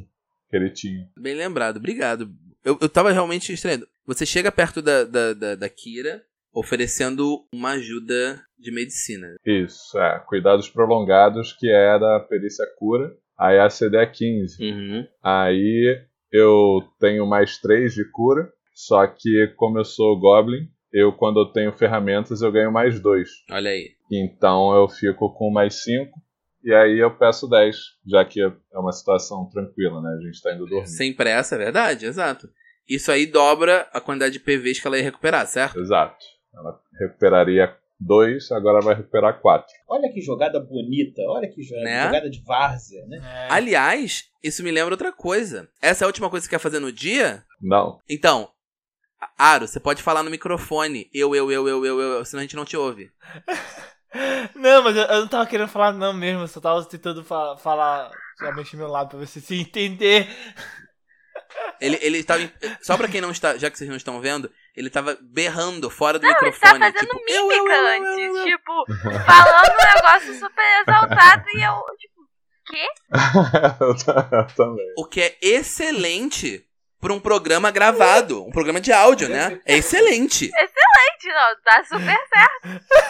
que ele tinha. Bem lembrado, obrigado. Eu, eu tava realmente estranho. Você chega perto da, da, da, da Kira oferecendo uma ajuda de medicina. Isso, é, cuidados prolongados que era a perícia cura, aí a CD é 15. Uhum. Aí eu tenho mais 3 de cura, só que como eu sou Goblin, eu quando eu tenho ferramentas eu ganho mais 2. Olha aí. Então eu fico com mais 5 e aí eu peço 10, já que é uma situação tranquila, né? A gente tá indo dormir. Sem pressa, é verdade, exato. Isso aí dobra a quantidade de PVs que ela ia recuperar, certo? Exato. Ela recuperaria 2, agora vai recuperar 4. Olha que jogada bonita, olha que jo- Né? jogada de várzea, né? É, Aliás, isso me lembra outra coisa. Essa é a última coisa que você quer fazer no dia? Não, Então, A- Aro, você pode falar no microfone. Eu, eu, eu, eu, eu, eu, eu, senão a gente não te ouve. Não, mas eu, eu não tava querendo falar não mesmo, eu só tava tentando fa- falar, já mexi meu lábio pra você se entender. Ele, ele tava. em- Só pra quem não está. Já que vocês não estão vendo, ele tava berrando fora do Ele tá microfone. fazendo tipo, mímica eu, eu, eu, eu, antes. eu, eu. Tipo, falando um negócio super exaltado e eu, tipo, eu ta- eu também. O que é excelente pra um programa gravado. Um programa de áudio, Uhum. né? É excelente. gente, não, tá super.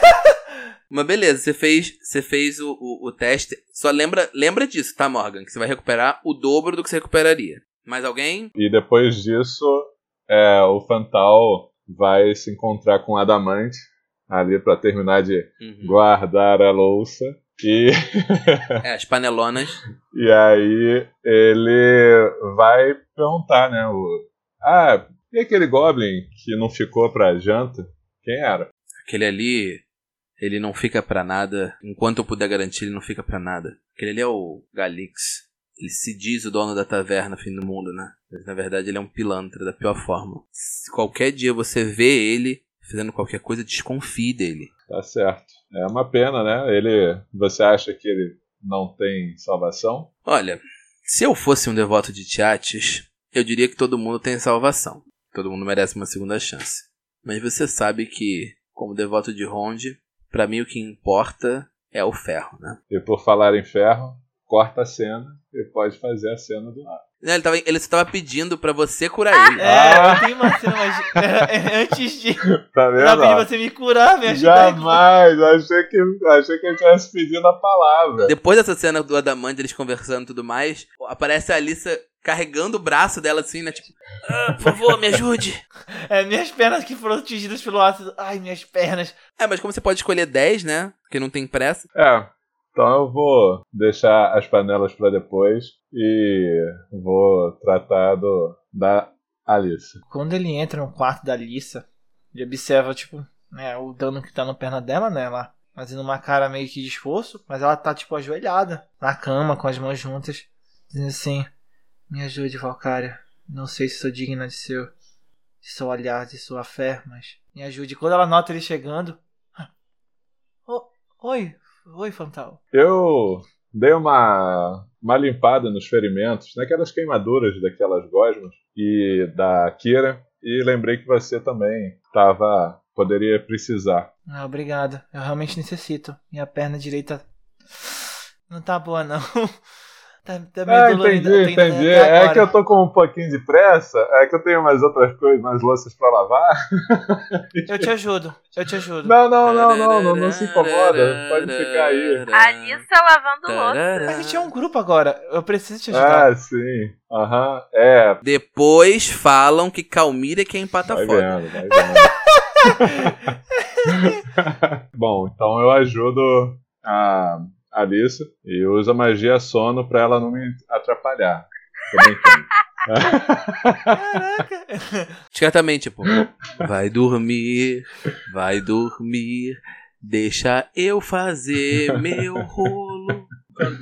Mas beleza, você fez, você fez o, o, o teste. Só lembra, lembra disso, tá, Morgan? Que você vai recuperar o dobro do que você recuperaria. Mais alguém? E depois disso, é, o Fantal vai se encontrar com o Adamante ali pra terminar de Uhum. guardar a louça. E É, as panelonas. E aí ele vai perguntar, né? o- ah, e aquele Goblin que não ficou pra janta? Quem era? Aquele ali, ele não fica pra nada. Enquanto eu puder garantir, ele não fica pra nada. Aquele ali é o Galix. Ele se diz o dono da taverna, fim do mundo, né? Mas na verdade ele é um pilantra da pior forma. Se qualquer dia você vê ele fazendo qualquer coisa, desconfie dele. Tá certo. É uma pena, né? Ele. Você acha que ele não tem salvação? Olha, se eu fosse um devoto de Tiates, eu diria que todo mundo tem salvação. Todo mundo merece uma segunda chance. Mas você sabe que, como devoto de Ronde, pra mim o que importa é o ferro, né? E por falar em ferro, corta a cena e pode fazer a cena do nada. Não, ele, tava, ele só tava pedindo pra você curar ele. É, Ah! eu tenho uma cena mais... é, antes de... Tá Pra pedir vendo? você me curar, é me ajudar. Jamais! Achei que, achei que ele tivesse pedindo a palavra. Depois dessa cena do Adamante, eles conversando e tudo mais, aparece a Alissa carregando o braço dela assim, né? Tipo, "Ah, por favor, me ajude. É, minhas pernas que foram atingidas pelo ácido. Ai, minhas pernas. É, mas como você pode escolher 10, né? Porque não tem pressa. É, então eu vou deixar as panelas pra depois e vou tratar do, da Alice. Quando ele entra no quarto da Alissa, ele observa, tipo, né, o dano que tá na perna dela, né? Ela fazendo uma cara meio que de esforço, mas ela tá, tipo, ajoelhada na cama, com as mãos juntas, dizendo assim: Me ajude, Valkyria. Não sei se sou digna de seu. De seu olhar, de sua fé, mas. Me ajude. Quando ela nota ele chegando. "Ah, o- oi, oi, Fantal. Eu dei uma, uma limpada nos ferimentos, naquelas queimaduras daquelas gosmas e da Kira, e lembrei que você também tava, poderia precisar. Ah, obrigado. Eu realmente necessito. Minha perna direita não tá boa, não. Tá, tá meio Ah, entendi, dolorido. eu tô indo entendi. até É agora. que eu tô com um pouquinho de pressa, é que eu tenho umas outras coisas, umas louças pra lavar. Eu te ajudo, eu te ajudo. Não, não, não, não, não, não se incomoda, pode ficar aí. Tá. A Alissa lavando louça. A gente é um grupo agora, eu preciso te ajudar. Ah, sim. Aham, é. um Depois falam que Calmira é quem empata Vai foda. vendo, vai vendo. Bom, então eu ajudo a Alice e uso a magia sono pra ela não me atrapalhar. Tô brincando. Ah. Caraca. Os caras também, tipo, vai dormir, vai dormir, deixa eu fazer meu rolo.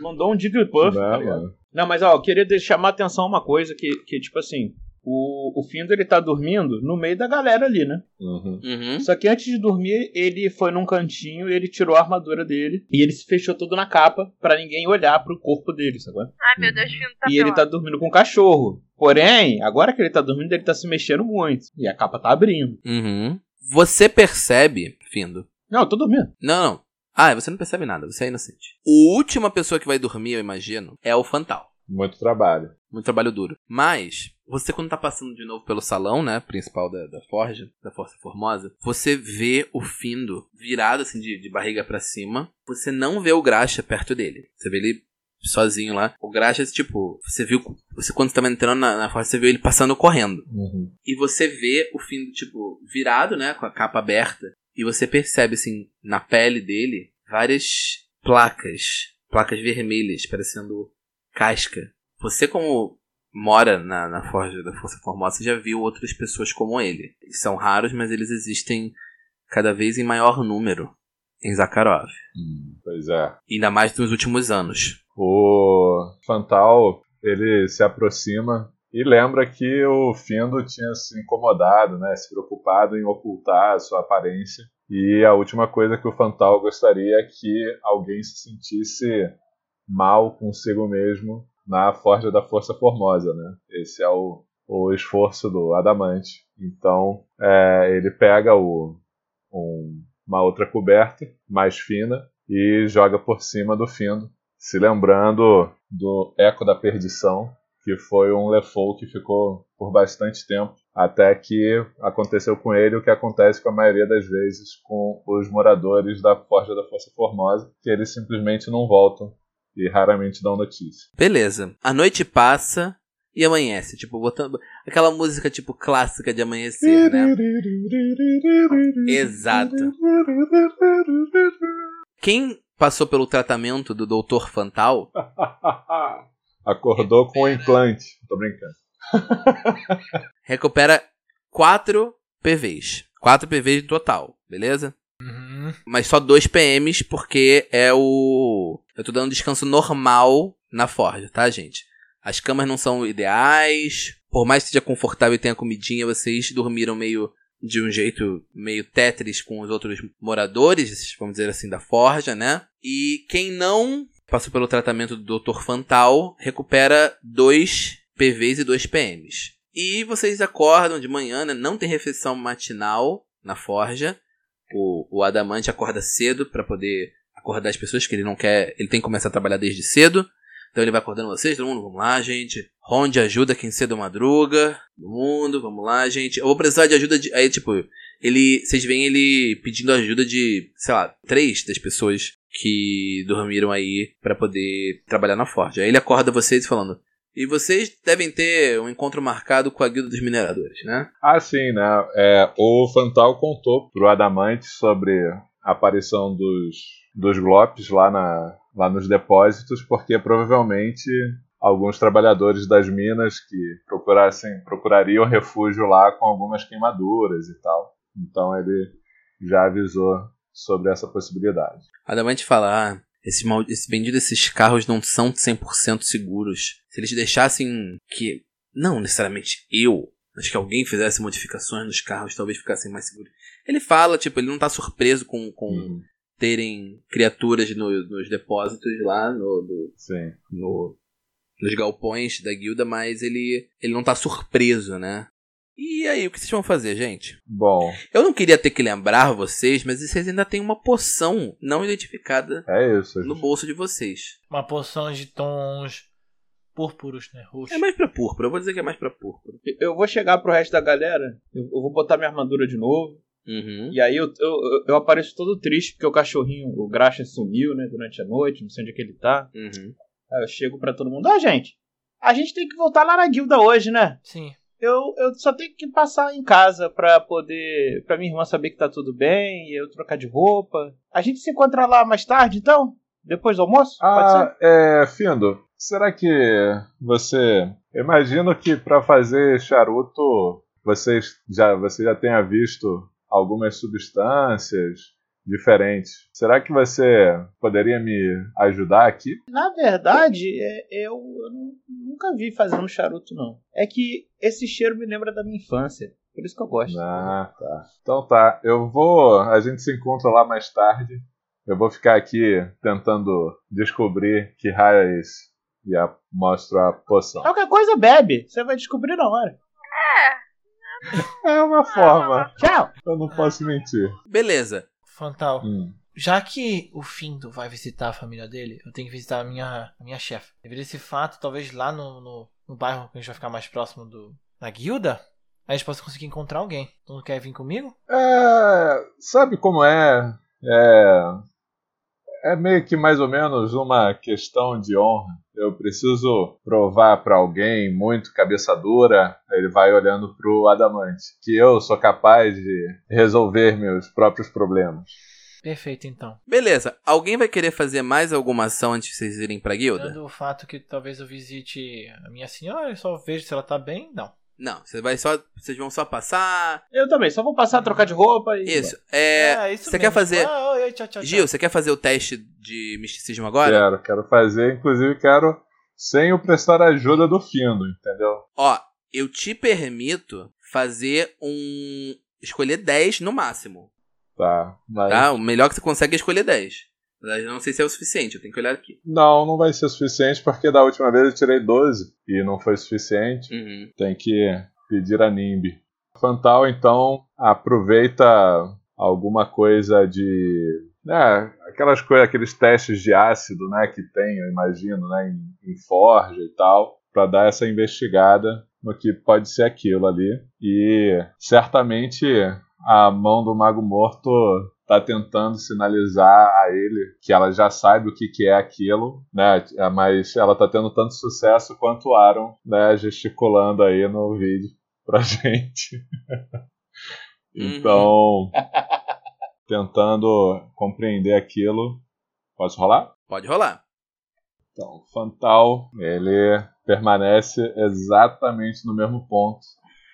Mandou um Jigglypuff. Puff. Não, né, mano. Não, mas ó, eu queria de- chamar a atenção uma coisa que, que tipo assim, o, o Findo ele tá dormindo no meio da galera ali, né? Uhum. Uhum. Só que antes de dormir, ele foi num cantinho, ele tirou a armadura dele e ele se fechou todo na capa pra ninguém olhar pro corpo dele, sabe? Ai, meu Deus, o Fino tá e ele pelado. tá dormindo com o cachorro. Porém, agora que ele tá dormindo, ele tá se mexendo muito. E a capa tá abrindo. Uhum. Você percebe, Findo? Não, eu tô dormindo. Não, não. Ah, você não percebe nada, você é inocente. A última pessoa que vai dormir, eu imagino, é o Fantal. Muito trabalho. Muito trabalho duro. Mas, você quando tá passando de novo pelo salão, né? Principal da, da Forja, da Força Formosa, você vê o Findo virado assim de, de barriga pra cima. Você não vê o Graxa perto dele. Você vê ele sozinho lá. O Graxa, tipo, você viu. Você quando tava entrando na, na Forja, você viu ele passando correndo. Uhum. E você vê o Findo, tipo, virado, né? Com a capa aberta. E você percebe, assim, na pele dele, várias placas. Placas vermelhas, parecendo casca. Você, como mora na, na Forja da Força Formosa, você já viu outras pessoas como ele. Eles São raros, mas eles existem cada vez em maior número em Zakharov. Hum, Pois é. Ainda mais nos últimos anos. O Fantal, ele se aproxima e lembra que o Findo tinha se incomodado, né, se preocupado em ocultar a sua aparência. E a última coisa que o Fantal gostaria é que alguém se sentisse mal consigo mesmo na Forja da Força Formosa, né? Esse é o, o esforço do Adamante. Então, é, ele pega o, um- uma outra coberta mais fina e joga por cima do Findo se lembrando do Eco da Perdição, que foi um Lefou que ficou por bastante tempo, até que aconteceu com ele o que acontece com a maioria das vezes com os moradores da Forja da Força Formosa, que eles simplesmente não voltam e raramente dão notícia. Beleza. A noite passa e amanhece. Tipo, botando. Aquela música, tipo, clássica de amanhecer, né? Exato. Quem passou pelo tratamento do Doutor Fantal Acordou com o implante. Tô brincando. recupera 4 PVs. 4 PVs no total, beleza? Uhum. Mas só dois PMs, porque é o. Eu tô dando descanso normal na Forja, tá, gente? As camas não são ideais. Por mais que seja confortável e tenha comidinha, vocês dormiram meio de um jeito meio Tetris com os outros moradores, vamos dizer assim, da Forja, né? E quem não passou pelo tratamento do Dr. Fantal recupera dois PVs e dois PMs. E vocês acordam de manhã, né? Não tem refeição matinal na Forja. O, o Adamante acorda cedo pra poder acordar as pessoas, que ele não quer. Ele tem que começar a trabalhar desde cedo. Então ele vai acordando vocês, todo mundo, vamos lá, gente. Ronde ajuda quem cedo madruga. Todo mundo, vamos lá, gente. Eu vou precisar de ajuda de. Aí, tipo, ele. Vocês veem ele pedindo ajuda de, sei lá, três das pessoas que dormiram aí pra poder trabalhar na Forja. Aí ele acorda vocês falando. E vocês devem ter um encontro marcado com a guilda dos mineradores, né? Ah, sim, né? É, o Fantal contou pro Adamante sobre a aparição dos, dos Glopes lá, na, lá nos depósitos, porque provavelmente alguns trabalhadores das minas que procurassem, procurariam refúgio lá com algumas queimaduras e tal. Então ele já avisou sobre essa possibilidade. Adamante fala, ah, esse, mal, esse bendito desses carros não são 100% seguros. Se eles deixassem que, não necessariamente eu, mas que alguém fizesse modificações nos carros, talvez ficassem mais seguros. Ele fala, tipo, ele não tá surpreso com, com Uhum. terem criaturas no- nos depósitos lá, no, no- Sim. no- nos galpões da guilda, mas ele, ele não tá surpreso, né? E aí, o que vocês vão fazer, gente? Bom, Eu não queria ter que lembrar vocês, mas vocês ainda têm uma poção não identificada é isso. no bolso de vocês. Uma porção de tons púrpuros, né? Roxos. É mais pra púrpura, eu vou dizer que é mais pra púrpura. Eu vou chegar pro resto da galera, eu, eu vou botar minha armadura de novo. Uhum. E aí eu, eu, eu apareço todo triste porque o cachorrinho, o Graxa, sumiu, né, durante a noite, não sei onde é que ele tá. Uhum. Aí eu chego pra todo mundo, ó, gente, a gente tem que voltar lá na guilda hoje, né? Sim. Eu, eu só tenho que passar em casa pra poder. pra minha irmã saber que tá tudo bem, e eu trocar de roupa. A gente se encontra lá mais tarde, então? Depois do almoço? Ah, é, Findo, será que você. Eu imagino que para fazer charuto vocês já, você já tenha visto algumas substâncias diferentes. Será que você poderia me ajudar aqui? Na verdade, é- eu, eu nu- nunca vi fazendo charuto, não. É que esse cheiro me lembra da minha infância. Por isso que eu gosto. Ah, tá. Então tá, eu vou. A gente se encontra lá mais tarde. Eu vou ficar aqui tentando descobrir que raio é esse. E a, mostro a poção. Qualquer coisa, bebe. Você vai descobrir na hora. É uma forma. Tchau. Eu não posso mentir. Beleza. Fantal. Hum. Já que o Findo vai visitar a família dele, eu tenho que visitar a minha, a minha chefe. Devido a esse fato, talvez lá no, no, no bairro que a gente vai ficar mais próximo do, da guilda, a gente possa conseguir encontrar alguém. Tu não quer vir comigo? É, sabe como é? é? É meio que mais ou menos uma questão de honra. Eu preciso provar pra alguém muito cabeça dura. Ele vai olhando pro Adamante que eu sou capaz de resolver meus próprios problemas. Perfeito, então. Beleza. Alguém vai querer fazer mais alguma ação antes de vocês irem pra guilda? Dando o fato que talvez eu visite a minha senhora, eu só vejo se ela tá bem, não. Não, você vai só. Vocês vão só passar. Eu também, só vou passar a trocar de roupa e. Isso. É. isso você quer fazer- Ah, oi, oi, tchau, tchau, Gil, tchau. você quer fazer o teste de misticismo agora? Quero, quero fazer, inclusive quero sem o prestar ajuda do Findo, entendeu? Ó, eu te permito fazer um. Escolher 10 no máximo. Tá. Mas Tá? O melhor que você consegue é escolher 10. Mas eu não sei se é o suficiente, eu tenho que olhar aqui. Não, não vai ser suficiente porque da última vez eu tirei 12 e não foi suficiente. Uhum. Tem que pedir a Nimbi. Fantal, então, aproveita alguma coisa de. Né, aquelas coisas, aqueles testes de ácido né, que tem, eu imagino, né, em, em forja e tal, para dar essa investigada no que pode ser aquilo ali. E certamente a mão do Mago Morto tá tentando sinalizar a ele que ela já sabe o que, que é aquilo, né? Mas ela tá tendo tanto sucesso quanto o Aaron, né? Gesticulando aí no vídeo pra gente. Então, tentando compreender aquilo. Posso rolar? Pode rolar. Então, o Fantal, ele permanece exatamente no mesmo ponto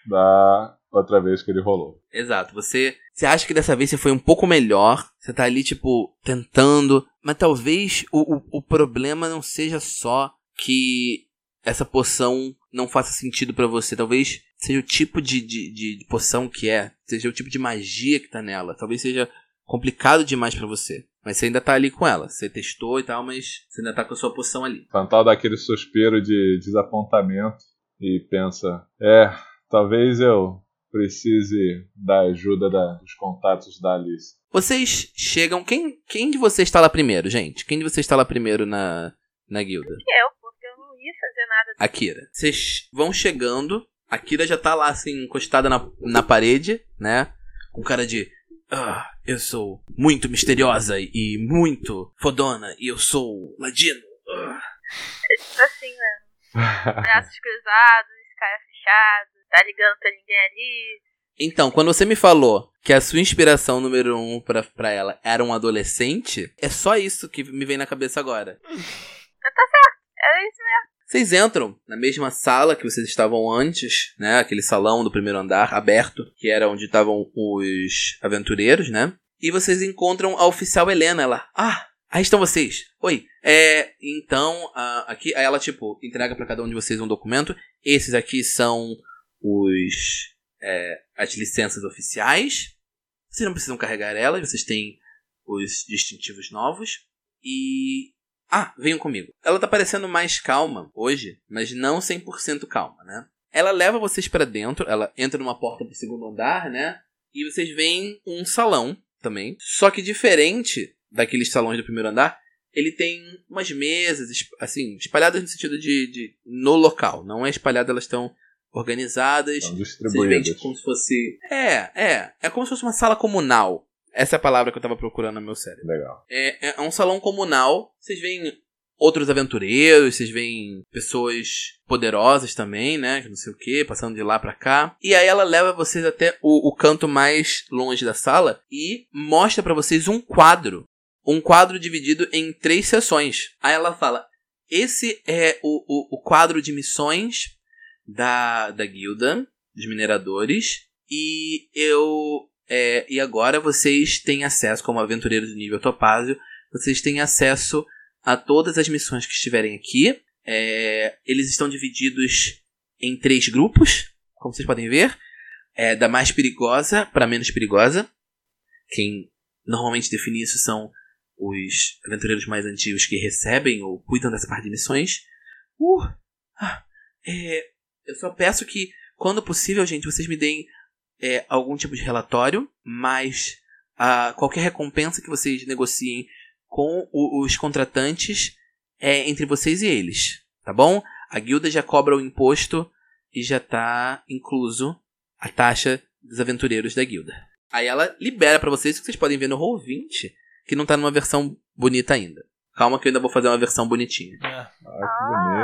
da outra vez que ele rolou. Exato. Você, você acha que dessa vez você foi um pouco melhor. Você tá ali, tipo, tentando. Mas talvez o, o, o problema não seja só que essa poção não faça sentido pra você. Talvez seja o tipo de, de, de poção que é. Seja o tipo de magia que tá nela. Talvez seja complicado demais pra você. Mas você ainda tá ali com ela. Você testou e tal, mas você ainda tá com a sua poção ali. Fantal dá aquele suspiro de desapontamento e pensa: é, talvez eu precise da ajuda da- dos contatos da Alice. Vocês chegam. Quem, quem de vocês está lá primeiro, gente? Quem de vocês está lá primeiro na, na guilda? Eu, porque eu não ia fazer nada. Akira. Vocês vão chegando. a Akira já tá lá, assim, encostada na, na parede, né? Com cara de. Ah, eu sou muito misteriosa e muito fodona. E eu sou ladino. Ah." Tipo assim, né? Braços cruzados, cara fechado, tá ligando pra ninguém ali. Então, quando você me falou que a sua inspiração número um pra, pra ela era um adolescente, é só isso que me vem na cabeça agora. Era É isso Vocês entram na mesma sala que vocês estavam antes, né? Aquele salão do primeiro andar aberto, que era onde estavam os aventureiros, né? E vocês encontram a oficial Helena lá. Ah, aí estão vocês. Oi. É, então, a- aqui, aí ela, tipo, entrega pra cada um de vocês um documento. Esses aqui são os. é, as licenças oficiais. Vocês não precisam carregar elas, vocês têm os distintivos novos. E ah, venham comigo. Ela tá parecendo mais calma hoje, mas não 100% calma, né? Ela leva vocês pra dentro, ela entra numa porta pro segundo andar, né? E vocês veem um salão também. Só que diferente daqueles salões do primeiro andar, ele tem umas mesas, esp- assim, espalhadas no sentido de, de- no local. Não é espalhada, elas estão organizadas. São Simplesmente distribuídas. como se fosse. É, é. É como se fosse uma sala comunal. Essa é a palavra que eu tava procurando no meu cérebro. Legal. É, é- é um salão comunal. Vocês veem outros aventureiros, vocês veem pessoas poderosas também, né? que Não sei o que, passando de lá pra cá. E aí ela leva vocês até o, o canto mais longe da sala e mostra pra vocês um quadro. Um quadro dividido em três seções. Aí ela fala: esse é o, o, o quadro de missões da, da guilda, dos mineradores. E eu é, e agora vocês têm acesso, como aventureiros do nível Topázio, vocês têm acesso a todas as missões que estiverem aqui. É, eles estão divididos em três grupos, como vocês podem ver. É, da mais perigosa para menos perigosa. Quem normalmente define isso são os aventureiros mais antigos que recebem ou cuidam dessa parte de missões. Uh, ah, é, eu só peço que, quando possível, gente, vocês me deem é, algum tipo de relatório, mas ah, qualquer recompensa que vocês negociem com o- os contratantes é entre vocês e eles, tá bom? A guilda já cobra o imposto e já tá incluso a taxa dos aventureiros da guilda. Aí ela libera pra vocês, que vocês podem ver no Roll20, que não tá numa versão bonita ainda. Calma que eu ainda vou fazer uma versão bonitinha. Ah, Ah,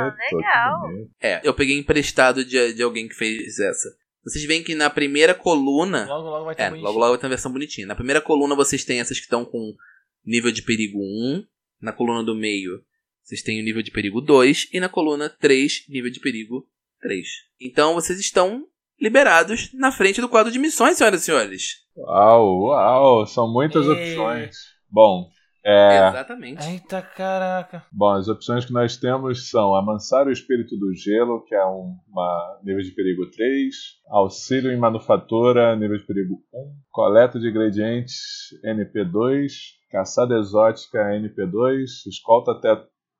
Ah, que bonito. legal. Que bonito. É, eu peguei emprestado de, de alguém que fez essa. Vocês veem que na primeira coluna. logo, logo vai ter É, um logo logo tem a versão bonitinha. Na primeira coluna vocês têm essas que estão com nível de perigo 1. Na coluna do meio vocês têm o nível de perigo 2. E na coluna 3, nível de perigo 3. Então vocês estão liberados na frente do quadro de missões, senhoras e senhores. Uau, uau. São muitas Ei. opções. Bom, é, Exatamente. Eita caraca. Bom, as opções que nós temos são amansar o espírito do gelo, que é um uma- nível de perigo 3, auxílio em manufatura, nível de perigo 1, coleta de ingredientes, NP2, caçada exótica, NP2, escolta até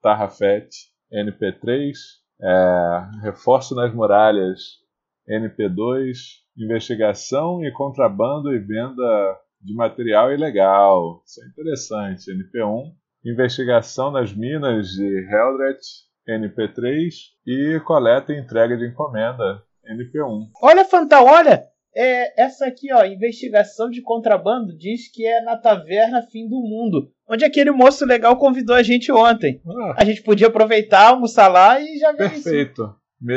Tarrafete, NP3, é, reforço nas muralhas, NP2, investigação e contrabando e venda de material ilegal. Isso é interessante, NP1. Investigação nas minas de Heldret, NP3, e coleta e entrega de encomenda, NP1. Olha, Fantal, olha! É, essa aqui, ó, investigação de contrabando, diz que é na taverna fim do mundo, onde aquele moço legal convidou a gente ontem. Ah, A gente podia aproveitar, almoçar lá e já ver É isso. perfeito. Me...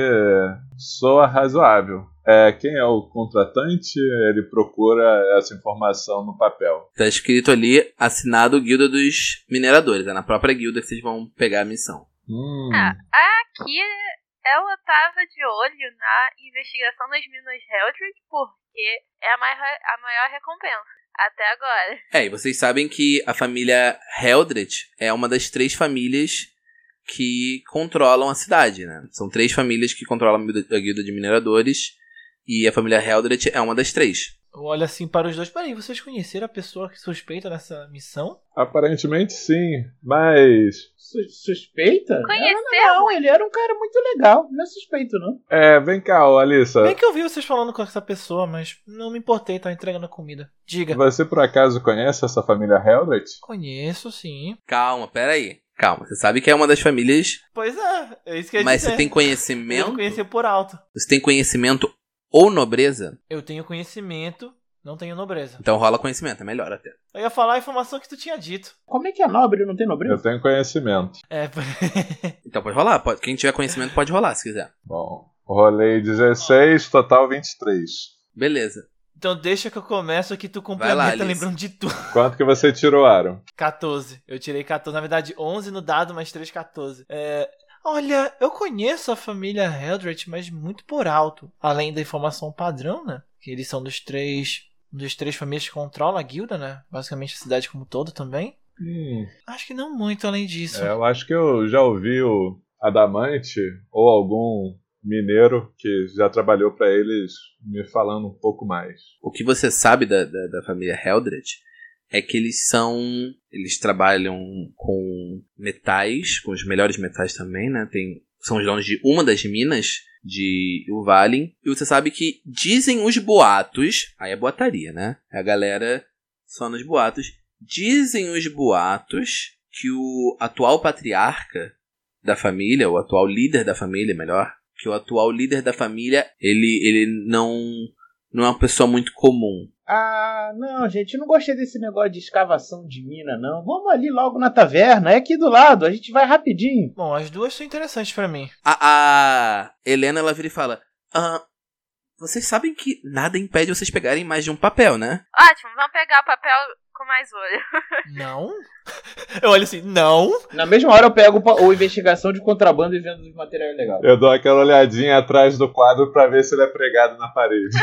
Soa razoável. É, quem é o contratante, ele procura essa informação no papel. Tá escrito ali, assinado Guilda dos Mineradores. É na própria guilda que vocês vão pegar a missão. Hum, Ah, aqui ela tava de olho na investigação das minas Heldred porque é a maior, a maior recompensa até agora. É, e vocês sabem que a família Heldred é uma das três famílias que controlam a cidade, né? São três famílias que controlam a guilda- a guilda de mineradores e a família Heldred é uma das três. Eu olho assim para os dois. Peraí, vocês conheceram a pessoa que suspeita nessa missão? Aparentemente sim, mas Su- suspeita? Conheceu? Não, não, ele era um cara muito legal, não é suspeito, não. É, vem cá, ô, Alissa. Bem que eu vi vocês falando com essa pessoa, mas não me importei, tava entregando a comida. Diga. Você por acaso conhece essa família Heldred? Conheço, sim. Calma, peraí. Calma, você sabe que é uma das famílias, Pois é, é isso que eu ia mas dizer. você tem Eu conhecimento? não conhecia por alto. Você tem conhecimento ou nobreza? Eu tenho conhecimento, não tenho nobreza. Então rola conhecimento, é melhor até. Eu ia falar a informação que tu tinha dito. Como é que é nobre? Não tem nobreza? Eu tenho conhecimento. É, Então pode rolar, pode- quem tiver conhecimento pode rolar se quiser. Bom, rolei 16, total 23. Beleza. então deixa que eu começo que tu complementa Vai lá, Alice. lembrando de tudo. Quanto que você tirou, Aaron? 14. Eu tirei 14. Na verdade, 11 no dado, mais 3, 14. É... Olha, eu conheço a família Heldred, mas muito por alto. Além da informação padrão, né? Que eles são dos três... Dos três famílias que controlam a guilda, né? Basicamente a cidade como um todo também. Hum, Acho que não muito além disso. é, eu acho que eu já ouvi o Adamante ou algum mineiro que já trabalhou pra eles me falando um pouco mais. O que você sabe da, da, da família Heldred é que eles são. Eles trabalham com metais, com os melhores metais também, né? Tem, são os donos de uma das minas de Uvalin. E você sabe que dizem os boatos. Aí é boataria, né? É a galera só nos boatos. Dizem os boatos que o atual patriarca da família, o atual líder da família, melhor, que o atual líder da família, ele, ele não, não é uma pessoa muito comum. Ah, não, gente, eu não gostei desse negócio de escavação de mina, não. Vamos ali logo na taverna, é aqui do lado, a gente vai rapidinho. Bom, as duas são interessantes pra mim. A, a Helena, ela vira e fala, "Ah, vocês sabem que nada impede vocês pegarem mais de um papel, né? Ótimo, vamos pegar o papel com mais olho. Não? Eu olho assim, não. Na mesma hora eu pego o pa- o investigação de contrabando e venda de material ilegal. Eu dou aquela olhadinha atrás do quadro pra ver se ele é pregado na parede.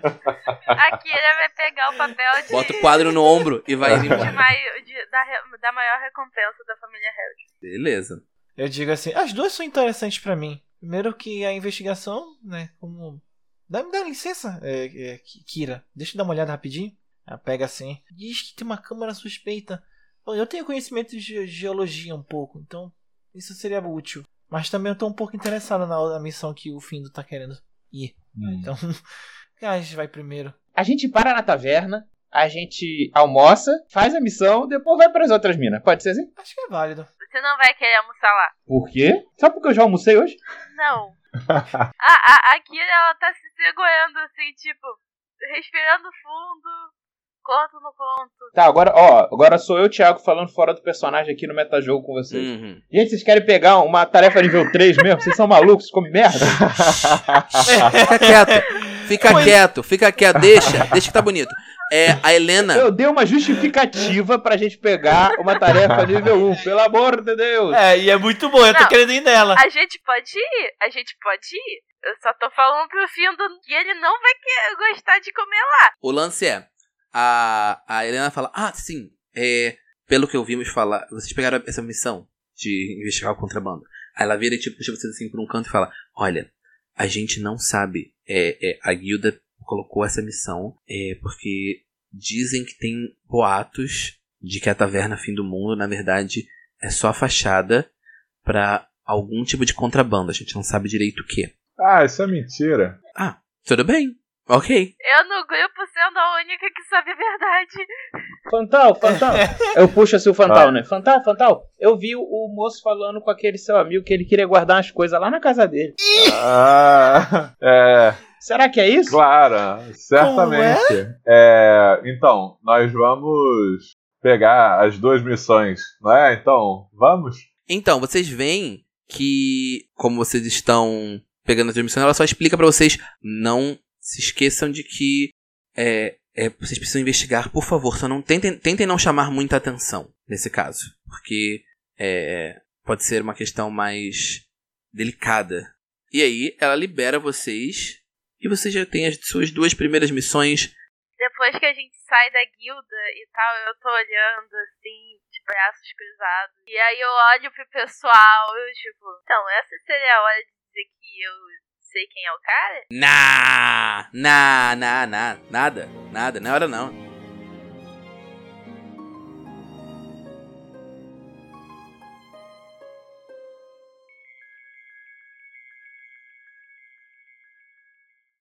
Aqui ele vai pegar o papel de. Bota o quadro no ombro e vai indo de embora. mai- de- da, re- da maior recompensa da família Harry. Beleza. Eu digo assim, as duas são interessantes pra mim. Primeiro que a investigação, né, como... Dá, dá licença, é, é, Ki- Kira. Deixa eu dar uma olhada rapidinho. Ela pega assim. Diz que tem uma câmara suspeita. Bom, eu tenho conhecimento de ge- geologia um pouco, então isso seria útil. Mas também eu tô um pouco interessado na, na missão que o Findo tá querendo ir. Então, a gente vai primeiro. A gente para na taverna, a gente almoça, faz a missão, depois vai pras outras minas. Pode ser assim? Acho que é válido. Você não vai querer almoçar lá. Por quê? Só porque eu já almocei hoje? Não. a, a, a Kira, ela tá se segurando, assim, tipo, respirando fundo. Conto no conto. Tá, agora, ó, agora sou eu, Thiago, falando fora do personagem aqui no metajogo com vocês. Uhum. Gente, vocês querem pegar uma tarefa nível 3 mesmo? Vocês são malucos? Vocês comem merda? Fica quieto, fica Pois- quieto, fica quieto, deixa, deixa que tá bonito. É, a Helena, Eu dei uma justificativa pra gente pegar uma tarefa nível 1, pelo amor de Deus! É, e é muito bom, eu tô Não. querendo ir nela. A gente pode ir, a gente pode ir. Eu só tô falando pro Findo que ele não vai que- gostar de comer lá. o lance é, a, a Helena fala, ah, sim, é, pelo que ouvimos falar, vocês pegaram essa missão de investigar o contrabando. Aí ela vira e tipo, puxa vocês assim por um canto e fala, olha, a gente não sabe, é, é, a guilda colocou essa missão é, porque dizem que tem boatos de que a taverna fim do mundo, na verdade, é só a fachada pra algum tipo de contrabando, a gente não sabe direito o que. Ah, isso é mentira. Tudo bem. Ok. Eu no grupo sendo a única que sabe a verdade. Fantal, Fantal! Eu puxo assim o Fantal, Ah. né? Fantal, Fantal, eu vi o moço falando com aquele seu amigo que ele queria guardar umas coisas lá na casa dele. Ah, é, Será que é isso? claro, certamente. É, então, nós vamos pegar as duas missões, não é? Então, vamos? Então, vocês veem que, como vocês estão pegando a transmissão, ela só explica pra vocês: não se esqueçam de que é, é, vocês precisam investigar, por favor. Só não tentem, tentem não chamar muita atenção nesse caso, porque é, pode ser uma questão mais delicada. E aí, ela libera vocês e vocês já têm as suas duas primeiras missões. Depois que a gente sai da guilda e tal, eu tô olhando assim, de braços cruzados. E aí eu olho pro pessoal eu tipo, então, essa seria a hora de dizer que eu sei quem é o cara? Na, na, na, na, nada, nada, não é hora não.